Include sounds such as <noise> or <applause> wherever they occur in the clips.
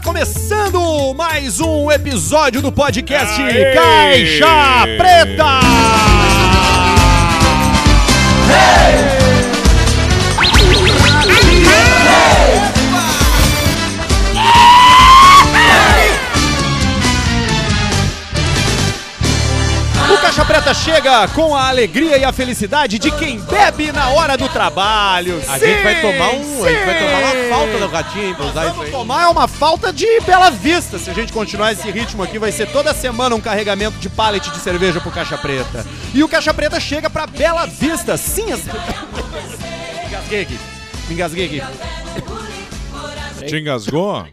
começando mais um episódio do podcast Aê! Caixa Preta! O Caixa Preta chega com a alegria e a felicidade de quem bebe na hora do trabalho. A gente vai tomar um. A gente vai tomar uma falta do da gatinho, hein, pra usar isso Vamos aí. tomar é uma falta de Bela Vista. Se a gente continuar esse ritmo aqui, vai ser toda semana um carregamento de pallet de cerveja pro Caixa Preta. E o Caixa Preta chega pra Bela Vista. Sim, as... <laughs> Me engasguei aqui. Me engasguei aqui. Te engasgou?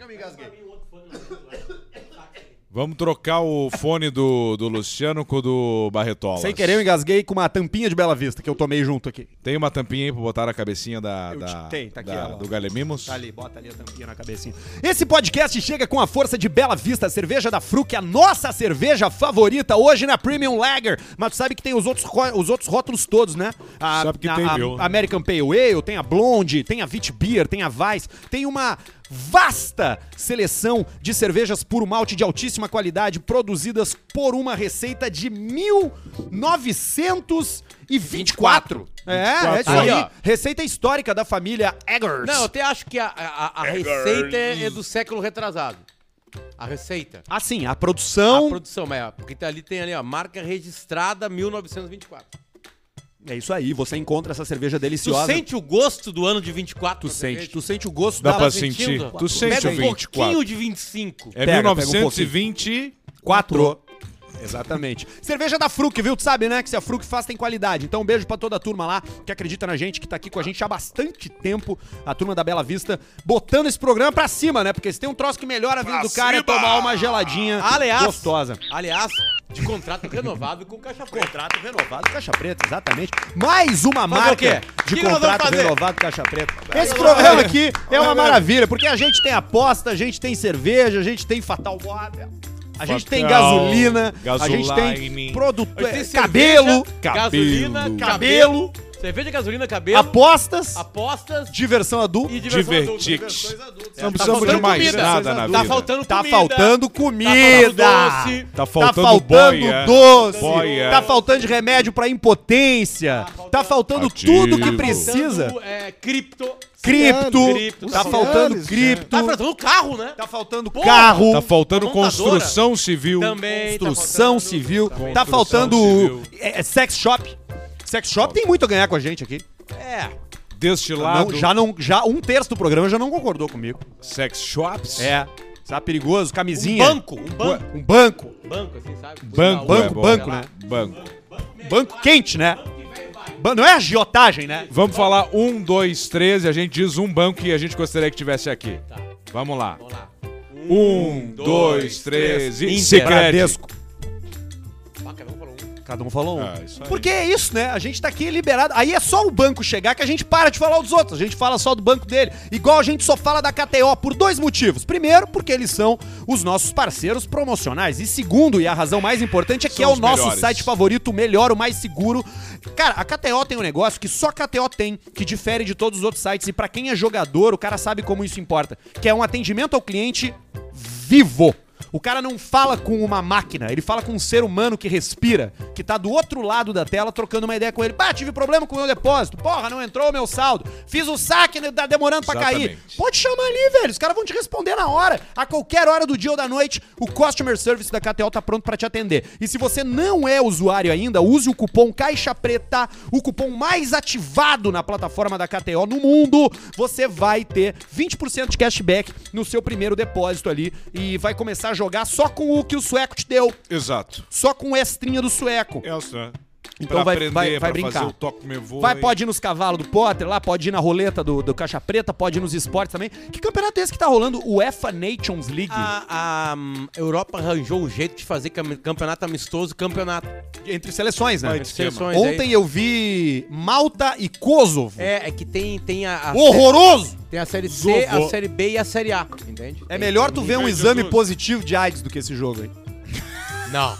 Vamos trocar o fone do, do Luciano com o do Barretola. Sem querer, eu engasguei com uma tampinha de Bela Vista que eu tomei junto aqui. Tem uma tampinha aí pra botar na cabecinha da. Eu da te- tem, tá aqui da- ela. do Galemimos? Tá ali, bota ali a tampinha na cabecinha. Esse podcast chega com a força de Bela Vista, cerveja da Fruc, a nossa cerveja favorita hoje na Premium Lager. Mas tu sabe que tem os outros, ro- os outros rótulos todos, né? A, Sabe que a- tem, né? a- viu? American Pale Ale, tem a Blonde, tem a Vit Beer, tem a Weiss, tem uma vasta seleção de cervejas puro malte de altíssima qualidade produzidas por uma receita de 1924. É, é isso aí. Aí, ó. Receita histórica da família Eggers. Não, eu até acho que a, a- a- a receita é, é do século retrasado. A receita. Assim, a A produção. produção, mas ó, porque tá ali tem ali, ó, marca registrada 1924. É isso aí, você encontra essa cerveja Tu deliciosa. sente o gosto do ano de 24? tu sente, tu sente o gosto Dá da pra Tá sentir? sentindo? Tu sente Pega o um 24. pouquinho de 25. É Pega, pega um 1920. quatro. Exatamente. cerveja da Fruc, viu? Tu sabe, né? Que se a Fruc faz, tem qualidade. Então, um beijo pra toda a turma lá que acredita na gente, que tá aqui com a gente há bastante tempo. A turma da Bela Vista botando esse programa pra cima, né? Porque se tem um troço que melhora a vida Pra do cara é cima! tomar uma geladinha Aliás, gostosa. aliás, de contrato renovado com o Caixa Preta. Contrato renovado Caixa Preta, exatamente. Mais uma marca o quê? de O que nós vamos contrato fazer? renovado Caixa Preta. Esse programa aqui é uma maravilha, porque a gente tem aposta, a gente tem cerveja, a gente tem Fatal Model, a gente tem Fatal, gasolina, a gente tem gasoline. produto, Tem é, cerveja, cabelo, gasolina, cabelo. cabelo, cerveja, gasolina, cabelo, apostas, apostas diversão adulta. e diversão adulta. Divertix. É, Não tá precisamos de faltando mais comida. nada na vida. Tá faltando Tá comida. faltando comida! doce. Tá Tá faltando, faltando boia. doce, Boia. tá faltando de remédio pra impotência, tá faltando tudo que Ativo. precisa. Faltando, é, cripto. Cripto, Cripto, tá tá faltando faltando, cripto, Tá faltando carro, né? tá faltando Porra. carro, Tá faltando Montadora. construção civil. Também. construção tá faltando- civil, Também. tá Construção faltando civil. é, é, sex shop. Sex shop tem muito a ganhar com a gente aqui. É. Destilado. Não, já não, já um terço do programa já não concordou comigo. Sex shops. É, tá perigoso, Um camisinha. banco. Um banco. um banco, Banco, assim, sabe? Banco. Banco, é bom. banco, né? Banco. banco quente, né? Ban- Não é agiotagem, né? Vamos falar um, dois, três e a gente diz um banco que a gente gostaria que tivesse aqui. Tá, Vamos lá. vamos lá. Um, dois, três e Inter, Sicredi. Bradesco. Ah, cada um falou um. Cada um falou um. Ah, isso aí. Porque é isso, né? A gente tá aqui liberado. Aí é só o banco chegar que a gente para de falar dos outros. A gente fala só do banco dele. Igual a gente só fala da KTO por dois motivos. Primeiro, porque eles são os nossos parceiros promocionais. E segundo, e a razão mais importante, é que São é o os nosso melhores. site favorito, o melhor, o mais seguro. Cara, a KTO tem um negócio que só a KTO tem, que difere de todos os outros sites. E pra quem é jogador, o cara sabe como isso importa. Que é um atendimento ao cliente vivo. O cara não fala com uma máquina, ele fala com um ser humano que respira, que tá do outro lado da tela trocando uma ideia com ele. Pá, tive problema com o meu depósito. Porra, não entrou o meu saldo. Fiz o saque, né, tá demorando pra cair. Exatamente. Pode chamar ali, velho. Os caras vão te responder na hora. A qualquer hora do dia ou da noite, o Customer Service da KTO tá pronto pra te atender. E se você não é usuário ainda, use o cupom Caixa Preta, o cupom mais ativado na plataforma da KTO no mundo. Você vai ter 20% de cashback no seu primeiro depósito ali e vai começar a jogar só com o que o sueco te deu, Exato. só com o extrinha do sueco. É isso, né? Então Pra vai- aprender, vai- vai pra brincar. fazer o toque me voa Vai, e- pode ir nos cavalos do Potter lá, pode ir na roleta do, do Caixa Preta, pode ir nos esportes também. Que campeonato é esse que tá rolando? UEFA Nations League. Ah, A, a, hum, Europa arranjou um jeito de fazer cam- campeonato amistoso, campeonato. Entre seleções, né? Vai, Seleções aí. Ontem eu vi Malta e Kosovo. É, é que tem, tem a, a Horroroso! Tem a série C, Zorro. a série B e a série A, entende? É melhor tu ver um Ai, exame Jesus. positivo de AIDS do que esse jogo aí. um Não,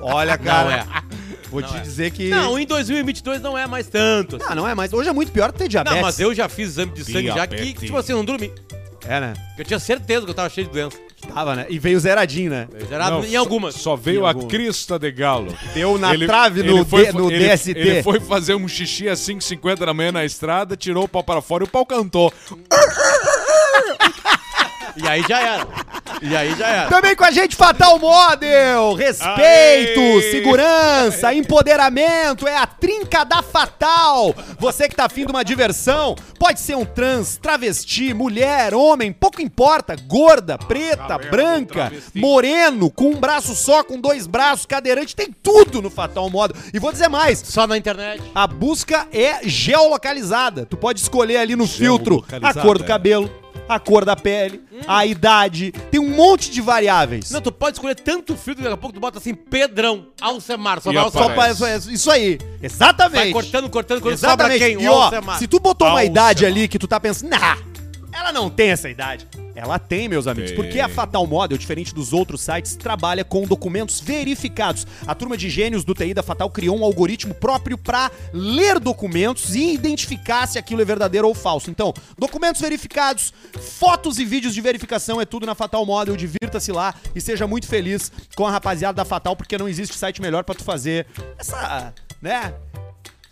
Olha, não cara, é. vou não te é. dizer que. Não, em 2022 não é mais tanto. assim. Ah, não é mais. Hoje é muito pior ter diabetes. Não, mas eu já fiz exame de sangue já que, Diabetes. tipo assim, eu não dormi. É, né? Porque Eu tinha certeza que eu tava cheio de doença. Tava, né? E veio zeradinho, né? Eu gerava Não, em só- algumas. Só veio a algumas. crista de galo. Deu na trave no, D- no ele- DST. Ele foi fazer um xixi às 5h50 da manhã na estrada, tirou o pau para fora e o pau cantou. E aí já era. E aí já era. Também com a gente, Fatal Model! Respeito, Aê! segurança, empoderamento, é a trinca da Fatal! Você que tá afim de uma diversão, pode ser um trans, travesti, mulher, homem, pouco importa, gorda, preta, branca, moreno, com um braço só, com dois braços, cadeirante, tem tudo no Fatal Model. E vou dizer mais, Só na internet. a busca é geolocalizada. Tu pode escolher ali no filtro a Geolocalizada, cor do é. cabelo, a cor da pele, a idade. Tem um monte de variáveis. Não, tu pode escolher tanto filtro, daqui a pouco tu bota assim, Pedrão, Alcemar, só E vai Só aparece. Alcemar. pra- isso- isso- isso aí. Exatamente. Vai cortando, cortando, cortando, sobra Exatamente. quem? E O ó, Alcemar. se tu botou uma Alcemar. idade ali que tu tá pensando, nah, ela não tem essa idade. Ela tem, meus amigos, Tem. porque a Fatal Model, diferente dos outros sites, trabalha com documentos verificados. A turma de gênios do TI da Fatal criou um algoritmo próprio pra ler documentos e identificar se aquilo é verdadeiro ou falso. Então, documentos verificados, fotos e vídeos de verificação é tudo na Fatal Model. Divirta-se lá e seja muito feliz com a rapaziada da Fatal, porque não existe site melhor pra tu fazer essa, né,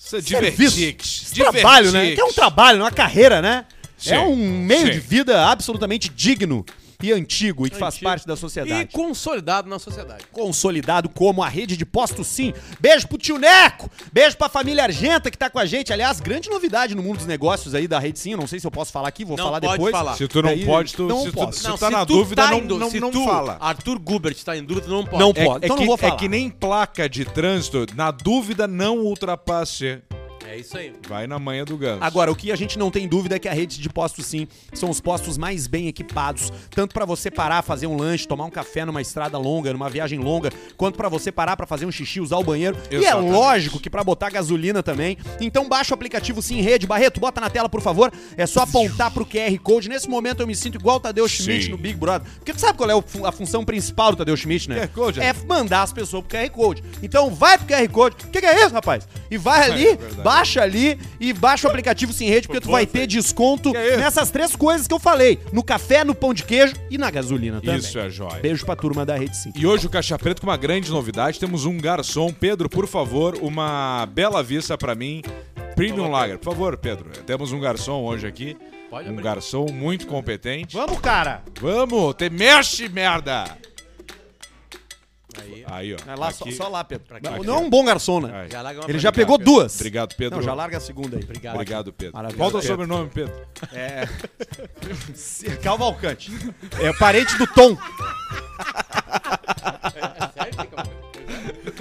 Isso é Serviço. Esse trabalho, né? Que é um trabalho, não é uma carreira, né? Sim, É um meio sim. de vida absolutamente digno e antigo e que faz Antigo. parte da E sociedade. consolidado na sociedade. Consolidado como a rede de postos, sim. Beijo pro tio Neco! Beijo pra família Argenta que tá com a gente. Aliás, grande novidade no mundo dos negócios aí da rede sim. Eu Não sei se eu posso falar aqui, vou Não falar pode depois. falar. Se tu não Daí, pode, tu, não se, tu, posso. se tu tá na dúvida, tá não, em dú- não, se não tu, fala. Arthur Gubert tá em dúvida, tu não pode. Não É, pode. é então que, não vou falar. é que nem placa de trânsito, na dúvida não ultrapasse. É isso aí. Vai na manha do ganso. Agora, o que a gente não tem dúvida é que a rede de postos sim são os postos mais bem equipados, tanto pra você parar, fazer um lanche, tomar um café numa estrada longa, numa viagem longa, quanto pra você parar pra fazer um xixi, usar o banheiro. E é Exatamente. lógico que pra botar gasolina também. Então baixa o aplicativo Sim Rede, Barreto, bota na tela, por favor. É só apontar pro QR Code. Nesse momento eu me sinto igual o Tadeu Schmidt Sim. no Big Brother. Porque tu sabe qual é o fu- a função principal do Tadeu Schmidt, né? QR Code, é né? mandar as pessoas pro QR Code. Então vai pro QR Code. O que, que é isso, rapaz? E vai ali, é verdade. baixa ali e baixa o aplicativo Sim Rede, porque tu vai ter desconto Que é isso? nessas três coisas que eu falei: no café, no pão de queijo e na gasolina também. Isso é jóia. Beijo pra turma da Rede Sim. E hoje o Caixa Preto com uma grande novidade. Temos um garçom. Pedro, por favor, uma bela vista pra mim. Premium Lager. Por favor, Pedro. Temos um garçom hoje aqui. Pode um abrir. garçom muito competente. Vamos, cara! Vamos, te mexe, merda! Aí. Aí, ó. É lá, só, aqui. só lá, Pedro. Aqui, aqui. Não é um bom garçom, né? Aí. Já larga uma Ele já pra mim. pegou Pedro. duas. Obrigado, Pedro. Não, já larga a segunda aí. <laughs> Obrigado. Obrigado, Pedro. Maravilhoso. Qual é o Pedro. sobrenome, Pedro? É. Cavalcante. É parente do <laughs> Tom.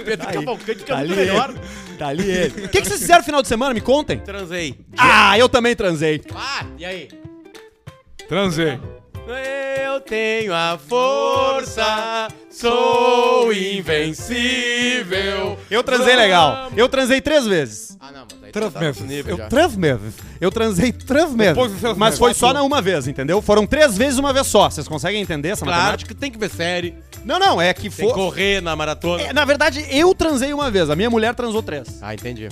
Pedro Cavalcante que é Tá muito ali melhor. ele. Tá ali ele. O que, que vocês fizeram no final de semana? Me <laughs> contem. Transei. Ah, eu também transei. Ah, e aí? Transei. Eu tenho a força, sou invencível. Eu transei legal. Eu transei três vezes. Ah, não, mas aí Três tá meses. no nível já. Eu três meses. Eu transei três meses. Depois dos três Mas meses. foi só na uma vez, entendeu? Foram três vezes uma vez só. Vocês conseguem entender essa Claro matemática? que tem que ver série, Não, não, é que tem que foi. correr na maratona. É, na verdade, eu transei uma vez. A minha mulher transou três. Ah, entendi.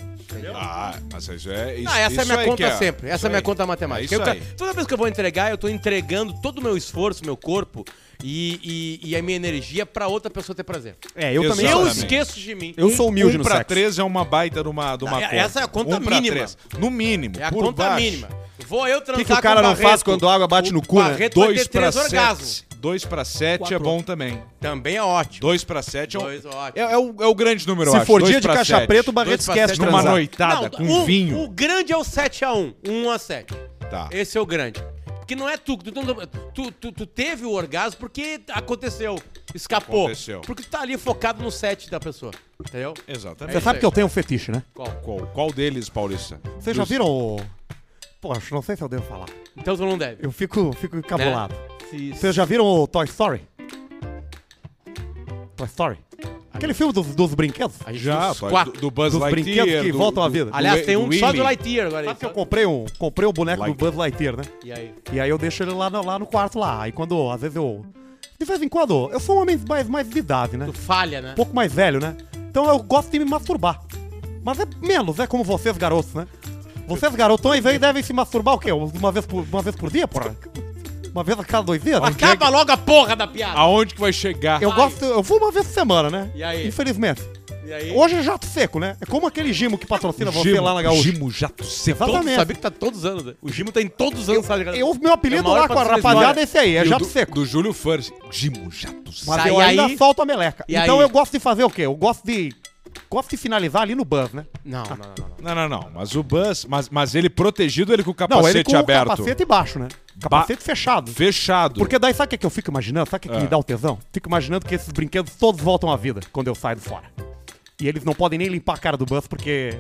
Ah, mas isso é. Isso, Ah, essa é a isso minha aí que conta sempre. Essa isso é a minha aí. conta matemática. É isso Eu ca- aí. toda vez que eu vou entregar, eu tô entregando todo o meu esforço, meu corpo e, e- e a minha energia pra outra pessoa ter prazer. É, eu também. Exatamente. Eu Eu, esqueço de mim. eu sou humilde um no pra sexo. três é uma baita de uma, de uma Não, é- conta. essa é a conta Um pra mínima. três. No mínimo. É a por conta baixo. mínima. Vou eu transar que o cara com não faz quando a água bate O no cu, né? Barreto vai Dois ter pra sete. três orgasmos. Dois pra sete é Quatro. bom também. Também é ótimo. Dois pra sete é um- Dois, é, ótimo. é o, é o grande número, eu Se acho. for Dois dia de pra caixa sete. preta, o Barreto Dois pra esquece de sete, Numa transar. noitada, Não, com o- vinho. O grande é o 7x1. 1x7. Tá. Esse é o grande. Porque não é tu. Tu, tu, tu- tu teve o orgasmo porque aconteceu. Escapou. Aconteceu. Porque tu tá ali focado no set da pessoa. Entendeu? Exatamente. Você sabe que eu tenho um fetiche, né? Qual? Qual, qual deles, Paulista? Vocês já Dos- viram o. Poxa, não sei se eu devo falar. Então tu não deve. né? Eu fico, fico encabulado. Se- Vocês Tá já viram o Toy Story? Toy Story? Aquele filme dos, dos brinquedos? a gente tem Já, uns pai, quatro. do, do Buzz Dos Lightyear. brinquedos que do- voltam à do- vida. do- Aliás, tem um do só Willy. do Lightyear agora. Sabe que eu aí, comprei um, comprei um boneco Like. do Buzz Lightyear, né? E aí? E aí eu deixo ele lá no, lá no quarto lá. Aí quando, às vezes eu... De vez em quando, eu sou um homem mais, mais de idade, né? Tu falha, né? Um pouco mais velho, né? Então eu gosto de me masturbar. Mas é menos, é como vocês, garotos, né? Vocês, garotões, aí devem se masturbar o quê? Uma vez por, uma vez por dia, porra? Uma vez a cada dois dias? Acaba logo a porra da piada. Aonde que vai chegar? Eu gosto, eu vou uma vez por semana, né? E aí? Infelizmente. E aí? Hoje é jato seco, né? É como aquele Gimo que patrocina você Gimo, lá na Gaúcha. Gimo Jato Seco. Exatamente. Todo, sabia que tá todos os anos, né? O Gimo tá em todos os anos. sabe? Eu, meu É o apelido maior lá com a patrocinador. rapaziada é esse aí, é E o jato do, seco. Do Júlio Furs. Gimo Jato Seco. Mas Sai eu ainda aí- solto a meleca. E Então aí? eu gosto de fazer o quê? Eu gosto de. Gosto de finalizar ali no buzz, né? Não, não, não, não, Não, não. não, não. Mas o Buzz, mas, mas ele protegido, ele com o Não, capacete ele com aberto. o capacete baixo, né? Capacete fechado. Fechado. Porque daí sabe o que, é que eu fico imaginando? Sabe o que, é que Ah. me dá o tesão? Fico imaginando que esses brinquedos todos voltam à vida quando eu saio de fora. E eles não podem nem limpar a cara do bus porque.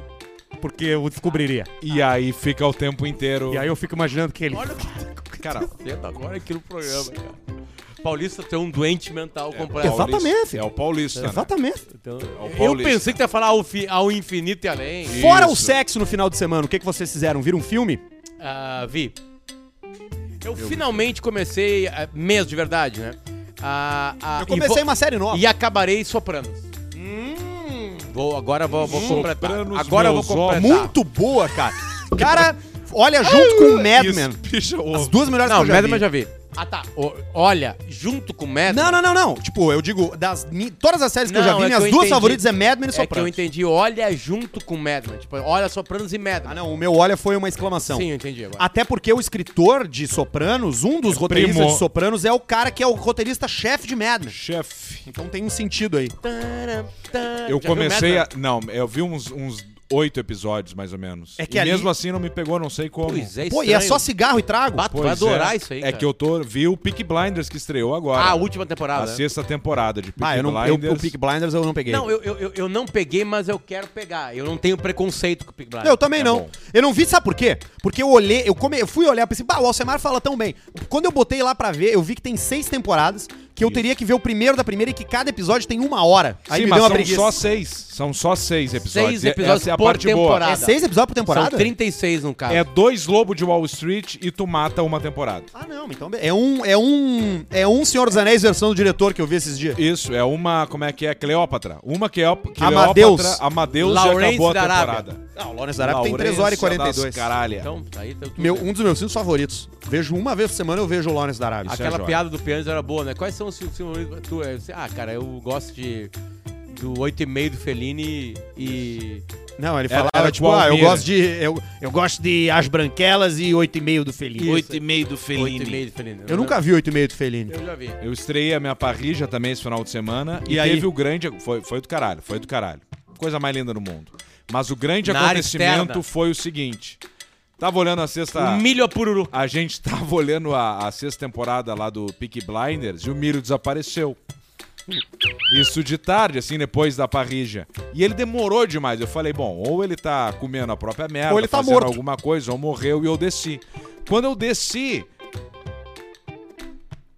Porque eu descobriria. E aí fica o tempo inteiro. E aí eu fico imaginando que ele. Olha o que tá Cara, acontecendo agora aqui no programa, cara. Paulista tem um doente mental completo. Exato. Exatamente. É o paulista. né? É Exatamente. Então, o eu paulista. pensei que tu ia falar ao, fi- ao infinito e além. E- Fora o Isso. sexo no final de semana, o que, que vocês fizeram? Viram um filme? Ah, vi. Eu, finalmente comecei, ah, mesmo de verdade, né? A- a- Eu comecei e vou- uma série nova. E acabarei soprando. Vou, agora vou, vou completar. Sopranos, Agora eu vou meus completar. homens. Muito boa, <laughs> cara. Cara, olha, junto com Mad Isso, Men. <laughs> bicho, o- As duas melhores Não, que eu já Madman eu vi. já vi. Ah, tá. O- olha, junto com Madman... Não, não, não, não. Tipo, eu digo, das mi- todas as séries que eu já Não, vi, é que minhas eu duas entendi. favoritas é Mad Men e É que eu Sopranos. entendi. Olha junto com Madman. Tipo, olha Sopranos e ah, Madman. não, o meu olha foi uma exclamação. Sim, eu entendi agora. Até porque o escritor de Sopranos, um É dos roteiristas primo. de Sopranos, é o cara que é o roteirista-chefe de Mad Men. Chefe. Então tem um sentido aí. Taram, taram. Eu Já viu comecei a. Madman? Não, eu vi uns. uns Oito episódios, mais ou menos. É que e ali- mesmo assim não me pegou, não sei como. Pois é, Pô, e é estranho. só cigarro e trago? Bato, Pois vai adorar é. isso aí, É cara. que eu tô, vi o Peak Blinders que estreou agora. Ah, a última temporada. né? A sexta temporada de Peak Ah, eu não, eu, Blinders. o Peak Blinders eu não peguei. Não, eu, eu, eu- eu não peguei, mas eu quero pegar. Eu não tenho preconceito com o Big Brother. Eu também É não. bom. Eu não vi, sabe por quê? Porque eu olhei, eu, come, eu fui olhar, pensei, bah, o Alcemar fala tão bem. Quando eu botei lá pra ver, eu vi que tem seis temporadas, que eu teria que ver o primeiro da primeira e que cada episódio tem uma hora. Aí Sim, me mas deu uma são preguiça. só seis. São só seis episódios. Seis E episódios Essa é a por parte É temporada. seis episódios por temporada? São 36 no caso. boa. É dois lobos de Wall Street e tu mata uma temporada. Ah, não, então be- é um, é um, é um Senhor dos Anéis versão do diretor que eu vi esses dias. Isso, é uma, como é que é? Cleópatra. Uma Cleop- é Cleópatra, Amadeus. Amadeus Lawrence já acabou a da Arábia. temporada. É. Não, o Lawrence da Arábia tem Lawrence 3 horas e das 42. Caralho. Então, aí tá tudo Meu, bem. um dos meus filmes favoritos. Vejo uma vez por semana, eu vejo o Lawrence da Arábia. Isso é Aquela joia. piada do piano era boa, né? Quais são os filmes favoritos? Tu, é, ah, cara, eu gosto de do 8,5 do Fellini e. Não, ele Era- falava, era tipo, com ah, eu Almira. gosto de. Eu, eu gosto de As Branquelas e Oito e meio do Felino. Oito e meio do Fellini. 8,5 do Fellini. Eu nunca vi Oito e meio do Felino. Eu já vi. Eu estreiei a minha parrija também esse final de semana. E, E aí? teve o grande. Foi, foi do caralho, foi do caralho. Coisa mais linda do mundo. Mas o grande Na área acontecimento externa. Um foi o seguinte: tava olhando a sexta. O milho a pururu. A gente tava olhando a, a sexta temporada lá do Peak Blinders e o Miro desapareceu. Isso de tarde, assim, depois da parrija. E ele demorou demais. Eu falei, bom, ou ele tá comendo a própria merda, Ou ele tá fazendo morto. alguma coisa, ou morreu e eu desci. Quando eu desci,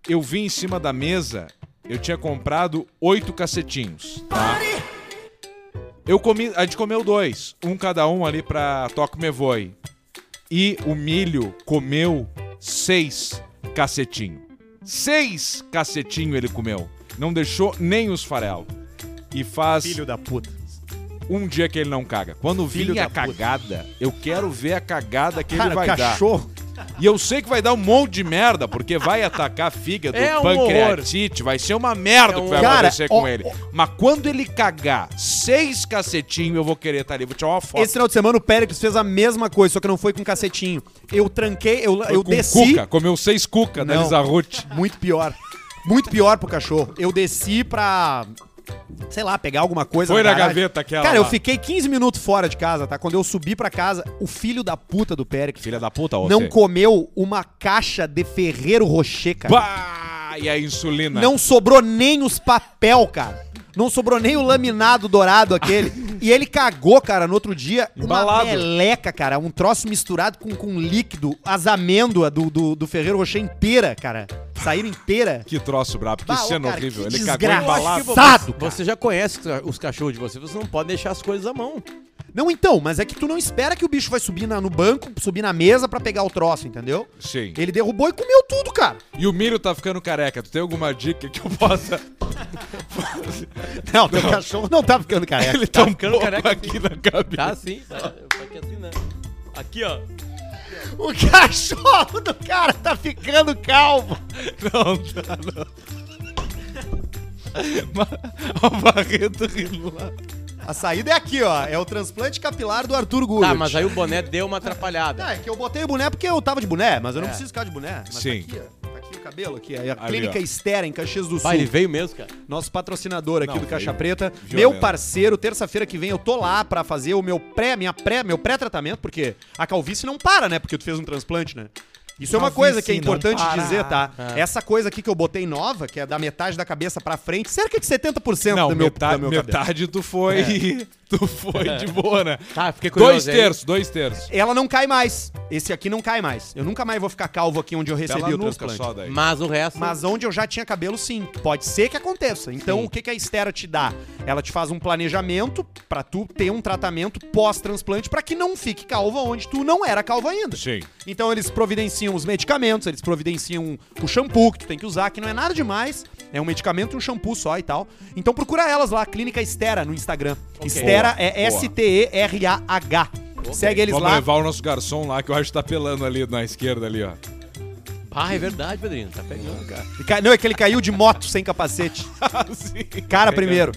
eu vi em cima da mesa, eu tinha comprado oito cacetinhos. Tá? Eu comi, a gente comeu dois, um cada um ali pra Toco Me Voe. E o milho comeu seis cacetinho. Seis cacetinho ele comeu. Não deixou nem os farelo. E faz Filho da puta. um dia que ele não caga. Quando vir da a cagada, eu quero ver a cagada que ele Cara, vai cachorro. dar. E eu sei que vai dar um monte de merda, porque vai atacar fígado, É um pancreatite, vai ser uma merda É o que um vai horror. acontecer Cara, com ó, ele. ó. Mas quando ele cagar seis cacetinho, eu vou querer estar ali. Vou tirar uma foto. Esse final de semana o Péricles fez a mesma coisa, só que não foi com cacetinho. Eu tranquei, eu, Foi eu com desci. Cuca, comeu seis cuca da Não. Elisa Ruth. Muito pior. Muito pior pro cachorro. Eu desci pra. Sei lá, pegar alguma coisa. Foi na garagem. gaveta aquela Cara, eu lá. fiquei 15 minutos fora de casa, tá? Quando eu subi pra casa, o filho da puta do Péricles Filha da puta, você. não comeu uma caixa de Ferreiro Rocher, cara. Bah! E a insulina. Não sobrou nem os papel, cara. Não sobrou nem o laminado dourado aquele. e ele cagou, cara, no outro dia. Embalado. Uma meleca, cara. Um troço misturado com, com líquido. As amêndoas do, do, do Ferreiro Rocher inteira, cara. Saíram inteira. Que troço brabo, que Bah, ô, cena cara, horrível. que Ele desgraça. cagou embalado. Embalado, cara. Você já conhece os ca- os cachorros de vocês, vocês não podem deixar as coisas à mão. Não, então, mas é que tu não espera que o bicho vai subir na- no banco, subir na mesa pra pegar o troço, entendeu? Sim. Ele derrubou e comeu tudo, cara. E o milho tá ficando careca. Tu tem alguma dica que eu possa? <laughs> Não, teu cachorro não tá ficando <laughs> careca. Ele tá, um ficando Tá, pouco <laughs> careca, aqui na cabeça. é Tá assim, tá, Só que assim, né? Aqui, ó. O cachorro do cara tá ficando calvo. Não, tá, não. Olha o Barreto rindo lá. A saída é aqui, ó. É o transplante capilar do Arthur Gullit. Tá, mas aí o boné deu uma atrapalhada. Ah, é que eu botei o boné porque eu tava de boné, mas eu não É. preciso ficar de boné. Mas Sim. Tá aqui, ó. Tá aqui o cabelo aqui. É a Ali, Clínica ó. Estera, em Caxias do Sul. Pai, ele veio mesmo, cara. Nosso patrocinador aqui Não, do Caixa foi Preta. violento. Meu parceiro, terça-feira que vem eu tô lá pra fazer o meu pré, minha pré, meu pré-tratamento, porque a calvície não para, né? Porque tu fez um transplante, né? Isso é uma Calvície coisa que é não importante para. dizer, tá? É. Essa coisa aqui que eu botei nova, que é da metade da cabeça pra frente, cerca de 70% Não, do meu, metade, do meu cabelo. metade tu foi. <laughs> Tu foi de boa, né? Tá, fiquei É. curioso. Dois aí. terços, dois terços. Ela não cai mais. Esse aqui não cai mais. Eu nunca mais vou ficar calvo aqui onde eu recebi Pela o nuca transplante. só daí. é Mas o resto. Mas onde eu já tinha cabelo, sim. Pode ser que aconteça. Então, Sim. o que, que a Estera te dá? Ela te faz um planejamento pra tu ter um tratamento pós-transplante pra que não fique calvo onde tu não era calvo ainda. Sim. Então, eles providenciam os medicamentos, eles providenciam o shampoo que tu tem que usar, que não é nada demais. É um medicamento e um shampoo só e tal. Então, procura elas lá, Clínica Estera, no Instagram. Estera é Boa. S-T-E-R-A-H. Segue eles Vamos lá. levar o nosso garçom lá, que eu acho que tá pelando ali na esquerda ali, ó. Ah, é verdade, Pedrinho. Tá pegando, cara. E cai- Não, é que ele caiu de moto sem capacete. Cara primeiro.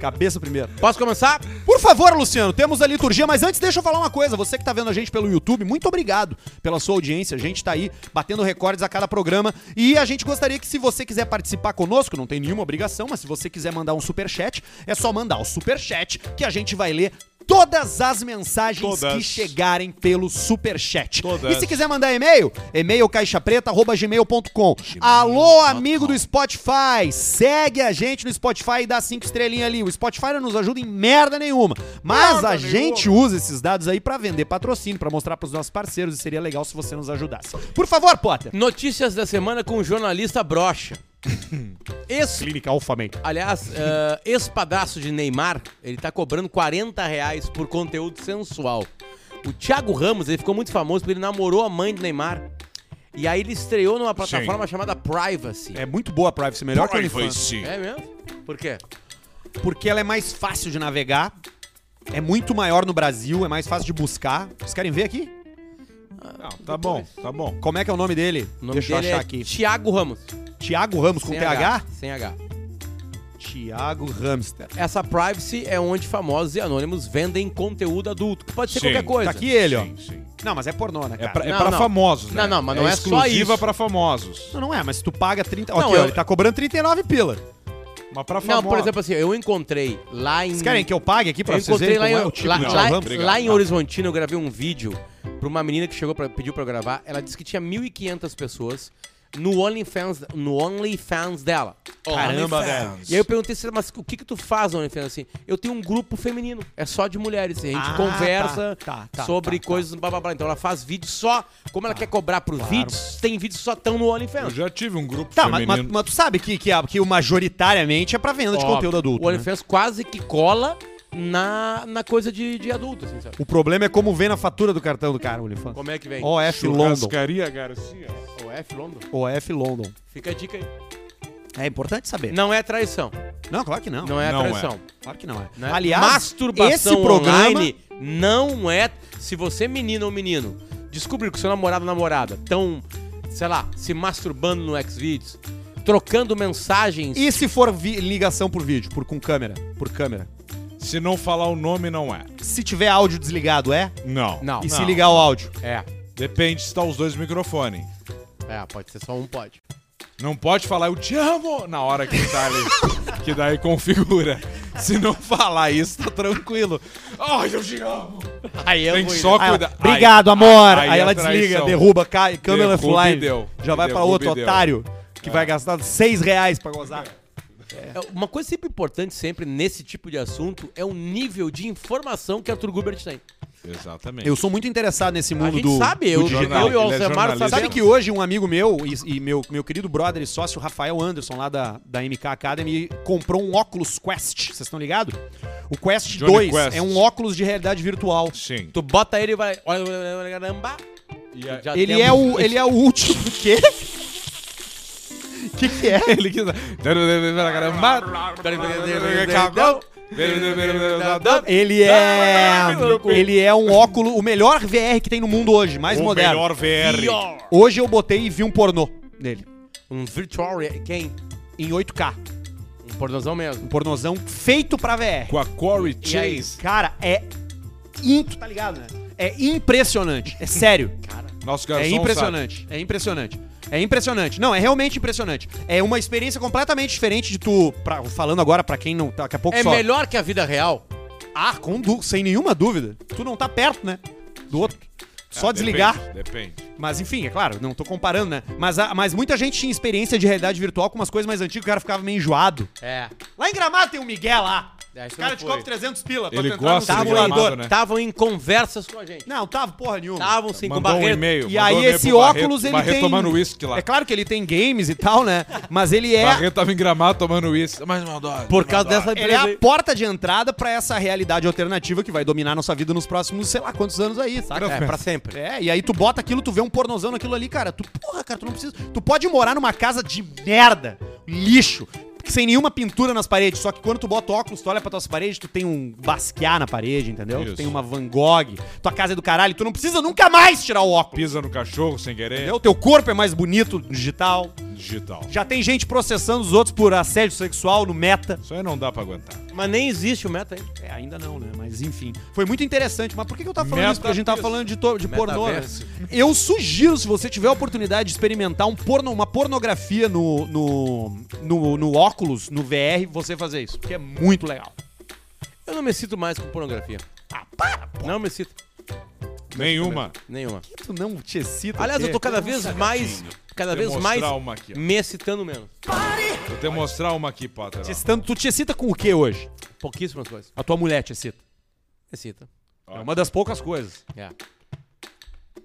Cabeça primeiro. Posso começar? Por favor, Luciano, temos a liturgia, mas antes deixa eu falar uma coisa. Você que tá vendo a gente pelo YouTube, muito obrigado pela sua audiência. A gente tá aí batendo recordes a cada programa e a gente gostaria que se você quiser participar conosco, não tem nenhuma obrigação, mas se você quiser mandar um superchat, é só mandar o superchat que a gente vai ler todas as mensagens Todas. que chegarem pelo superchat. Todas. E se quiser mandar e-mail, e-mail caixapreta@gmail.com. Alô, amigo do Spotify, segue a gente no Spotify e dá cinco estrelinhas ali. O Spotify não nos ajuda em merda nenhuma, mas a gente usa esses dados aí pra vender patrocínio, pra mostrar pros nossos parceiros e seria legal se você nos ajudasse. Por favor, Potter. Notícias da semana com o jornalista Brocha. Ex, Clínica Alfamento. aliás, eh, ex-padraço de Neymar, ele tá cobrando 40 reais por conteúdo sensual. O Thiago Ramos, ele ficou muito famoso porque ele namorou a mãe de Neymar. E aí ele estreou numa plataforma chamada Privacy. É muito boa a Privacy, melhor que o OnlyFans. Privacy. É mesmo? Por quê? Porque ela é mais fácil de navegar, é muito maior no Brasil, é mais fácil de buscar. Vocês querem ver aqui? Tá bom, tá bom. Como é que é o nome dele? O nome dele é Thiago Ramos. Tiago Ramos com sem TH? Sem H. Tiago Hamster. Essa privacy é onde famosos e anônimos vendem conteúdo adulto, que pode ser Sim, qualquer coisa. Tá aqui ele, ó. Sim, sim. Não, mas é pornô, né, É cara? pra, é Não, pra não. famosos, né? Não, não, mas não é só exclusiva isso. pra famosos. Não, não é, mas se tu paga 30... Não, aqui, ó, eu- ele tá cobrando 39 pila. Mas pra famosos. Não, por exemplo assim, eu encontrei lá em... Vocês querem que eu pague aqui pra Hum. eu vocês encontrei verem lá, em, como é o tipo lá, do lá- Tiago Ramos? obrigado. lá em Horizontina, eu gravei um vídeo pra uma menina que chegou pra, pediu pra eu gravar. Ela disse que tinha 1.500 pessoas no OnlyFans, no OnlyFans dela. Caramba, velho. E aí eu perguntei se mas o que que tu faz no OnlyFans assim? Eu tenho um grupo feminino, é só de mulheres, e a gente Ah, conversa tá, tá, tá, sobre tá, tá. coisas blá blá blá. Então ela faz vídeos só, como ela quer cobrar por vídeos, tem vídeos que só tão no Eu OnlyFans. já tive um grupo Tá, mas, feminino. mas- mas tu sabe que, que, a- que o majoritariamente é pra venda de Óbvio, conteúdo adulto, O né? OnlyFans quase que cola na, na coisa de, de adulto, assim, sabe? O problema é como vem na fatura do cartão do cara, o OnlyFans. Como é que vem? OF London. Churrascaria assim, Garcia. O F London? OF London. Fica a dica aí. É importante saber. Não é traição. Não, claro que não. Não é Não traição. Claro que não é. né? Aliás, masturbação esse programa... online não é. Se você, menina ou menino, descobrir que seu namorado ou namorada estão, sei lá, se masturbando no Xvideos, trocando mensagens. E se for vi- ligação por vídeo, por com câmera, por câmera? Se não falar o nome, não é. Se tiver áudio desligado, é? Não. Não. E se ligar o áudio? <laughs> É, Depende se tá os dois microfones. é, pode ser só um, pode. Não pode falar eu te amo na hora que tá ali. que daí configura. Se não falar isso, tá tranquilo. Ai, eu te amo. Aí eu Tem vou que ir. só <laughs> Aí é ela, cuidar. Obrigado, Ai, amor. ai, Aí, ela a traição. desliga, derruba, cai, câmera Derruba e offline. deu. Já vai pra Derruba outro e deu. É. otário que vai gastar seis reais pra gozar. né? É, Uma coisa sempre importante, sempre nesse tipo de assunto, é o nível de informação que Arthur Gubert tem. Exatamente. Eu sou muito interessado nesse A mundo gente do. sabe, eu, digital. eu e Ele o é Alcemar jornalista. Sabe sabemos. que hoje um amigo meu e, e meu, meu querido brother e sócio Rafael Anderson, lá da, da MK Academy, comprou um óculos Quest. Vocês estão ligados? O Quest Johnny 2 Quest. é um óculos de realidade virtual. Sim. Tu bota ele e vai. Olha, olha, olha, caramba. E a- Já Ele tem é, um- <laughs> o, ele é o último. <laughs> O quê? <laughs> O que, que é? Ele quis. Caramba. Ah, Ele é. Ele é um óculo, o melhor VR que tem no mundo hoje, mais o moderno. melhor VR. Hoje eu botei e vi um pornô nele. Um virtual, rea- quem? Em 8K. Um pornozão mesmo. Um pornozão feito pra VR. Com a Corey E aí? Chase. Cara, é. In... Tu tá ligado, né? É impressionante. É <laughs> sério. Nosso garçom É um sabe. impressionante, é impressionante. É impressionante. Não, é realmente impressionante. É uma experiência completamente diferente de tu. pra- falando agora pra quem não. Daqui a pouco É só. melhor que a vida real? Ah, com du- sem nenhuma dúvida. Tu não tá perto, né? Do outro. É, Só Ah, desligar. Depende. depende. Mas enfim, é claro, não tô comparando, né? Mas, a- mas muita gente tinha experiência de realidade virtual com umas coisas mais antigas, o cara ficava meio enjoado. É. Lá em Gramado tem o Miguel lá. É, isso Os caras não te foi. cobram 300 pila pra Ele tu entrar gosta no de simulador. Gramado, né? Estavam em conversas com a gente. Não, tava porra nenhuma. Estavam sim com Mandou um barreira. e-mail. E mandou um aí e-mail esse pro Barreto. óculos ele Barreto tem... tomando uísque lá. É claro que ele tem games e tal, né? Mas ele é... Barreto tava em gramado tomando uísque. Mas uma dose. Por causa dessa Ele é empresa a aí. porta de entrada pra essa realidade alternativa que vai dominar nossa vida nos próximos, sei lá, quantos anos aí, saca? É, pra sempre. É, e aí tu bota aquilo, tu vê um pornozão naquilo ali, cara. Tu, porra, cara, tu não precisa. Tu pode morar numa casa de merda, lixo, sem nenhuma pintura nas paredes. Só que quando tu bota óculos, tu olha pra tuas paredes, tu tem um Basquiat na parede, entendeu? Isso. Tu tem uma Van Gogh, tua casa é do caralho. Tu não precisa nunca mais tirar o óculos. Pisa no cachorro sem querer. Entendeu? Teu corpo é mais bonito no digital. Digital. Já tem gente processando os outros por assédio sexual no meta. Isso aí não dá pra aguentar. Mas nem existe o meta aí. É, ainda não, né? Mas enfim. Foi muito interessante. Mas por que, que eu tava falando isso? Porque a gente tava Metaverso. falando de, to- de pornô. Né? Metaverso. Eu sugiro, se você tiver a oportunidade de experimentar um porno, uma pornografia no, no, no, no óculos, no VR, você fazer isso. Porque é muito legal. Eu não me sinto mais com pornografia. Ah, para! Não me sinto. Nenhuma. Nenhuma. Tu não te excita. Aliás, eu tô cada vez mais. Cada vez Vou mais mostrar uma aqui, ó. me excitando menos. Vou te mostrar uma aqui, Potter. ó. Te excitando, tu te excita com o que hoje? Pouquíssimas coisas. A tua mulher te excita. Excita. É uma das poucas coisas. É.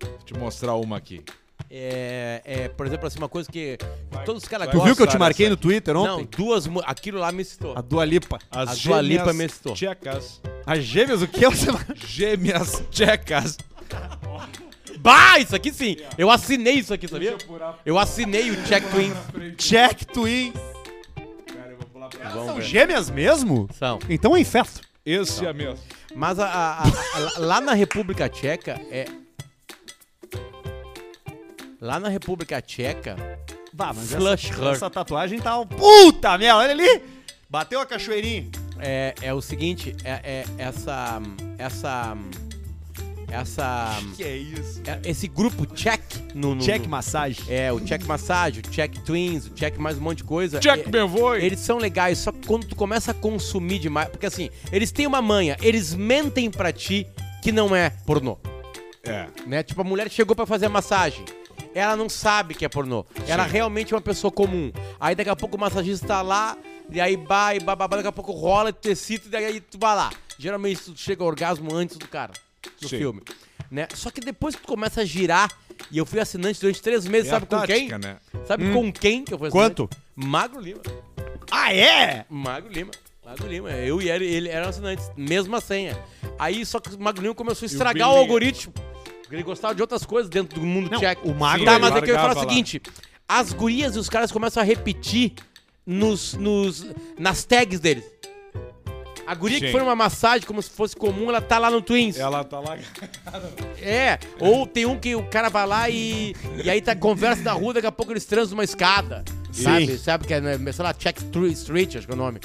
Vou te mostrar uma aqui. É, é, por exemplo, assim, uma coisa que todos os caras Tu Tu gostam. né? viu que eu te Nossa, marquei essa no Twitter Não, ontem? duas. mu- Aquilo lá me excitou. A Dua Lipa. As A Dua Lipa me excitou. Tchecas. As gêmeas, o que? Gêmeas tchecas. Bah, isso aqui sim! Eu assinei isso aqui, sabia? Deixa eu pular- Eu assinei o Check Twins. Jack Twins. Cara, eu vou pular pra lá. São gêmeas mesmo? São. Então é incesto. Esse é mesmo. Mas a- a- a- lá- lá na República Tcheca é. Lá na República Tcheca. Bah, mas Flush essa, her. essa tatuagem tá... um- Puta merda, olha ali. Bateu a cachoeirinha. É, é o seguinte, é, é essa. Essa. Essa. Que é isso? é- esse grupo check no. no Check no, massagem. É, o check massagem, o check twins, o check mais um monte de coisa. Check é, meu voi. Eles são legais, só que quando tu começa a consumir demais. Porque assim, eles têm uma manha, eles mentem pra ti que não é pornô. É. Né? Tipo, a mulher chegou pra fazer massagem. Ela não sabe que é pornô. Ela realmente é uma pessoa comum. Aí daqui a pouco o massagista tá lá, e aí vai, bababá, daqui a pouco rola, tu excita, e daí tu vai lá. Geralmente tu chega ao orgasmo antes do cara, no Sim. filme. Né? Só que depois que tu começa a girar, e eu fui assinante durante três meses, É sabe a com tática, quem? né? Sabe com quem que eu fui Quanto? assinante? Magro Lima. Ah, é? Magro Lima. Magro Lima. é, Eu e ele, ele eram assinantes. Mesma senha. Aí só que o Magro Lima começou a estragar o Bilinha. algoritmo. Porque ele gostava de outras coisas dentro do mundo Não, tcheco. o Magro- Tá, Ele mas é que eu ia falar largava o seguinte. As gurias e os caras começam a repetir nos, nos, nas tags deles. A guria Sim. que foi numa massagem, como se fosse comum, ela tá lá no Twins. Ela tá lá. É, ou tem um que o cara vai lá e. E aí tá conversa na rua, daqui a pouco eles transam uma escada. Sabe? Sabe que é, né, sei lá, Check Tru- Street, acho que é o nome.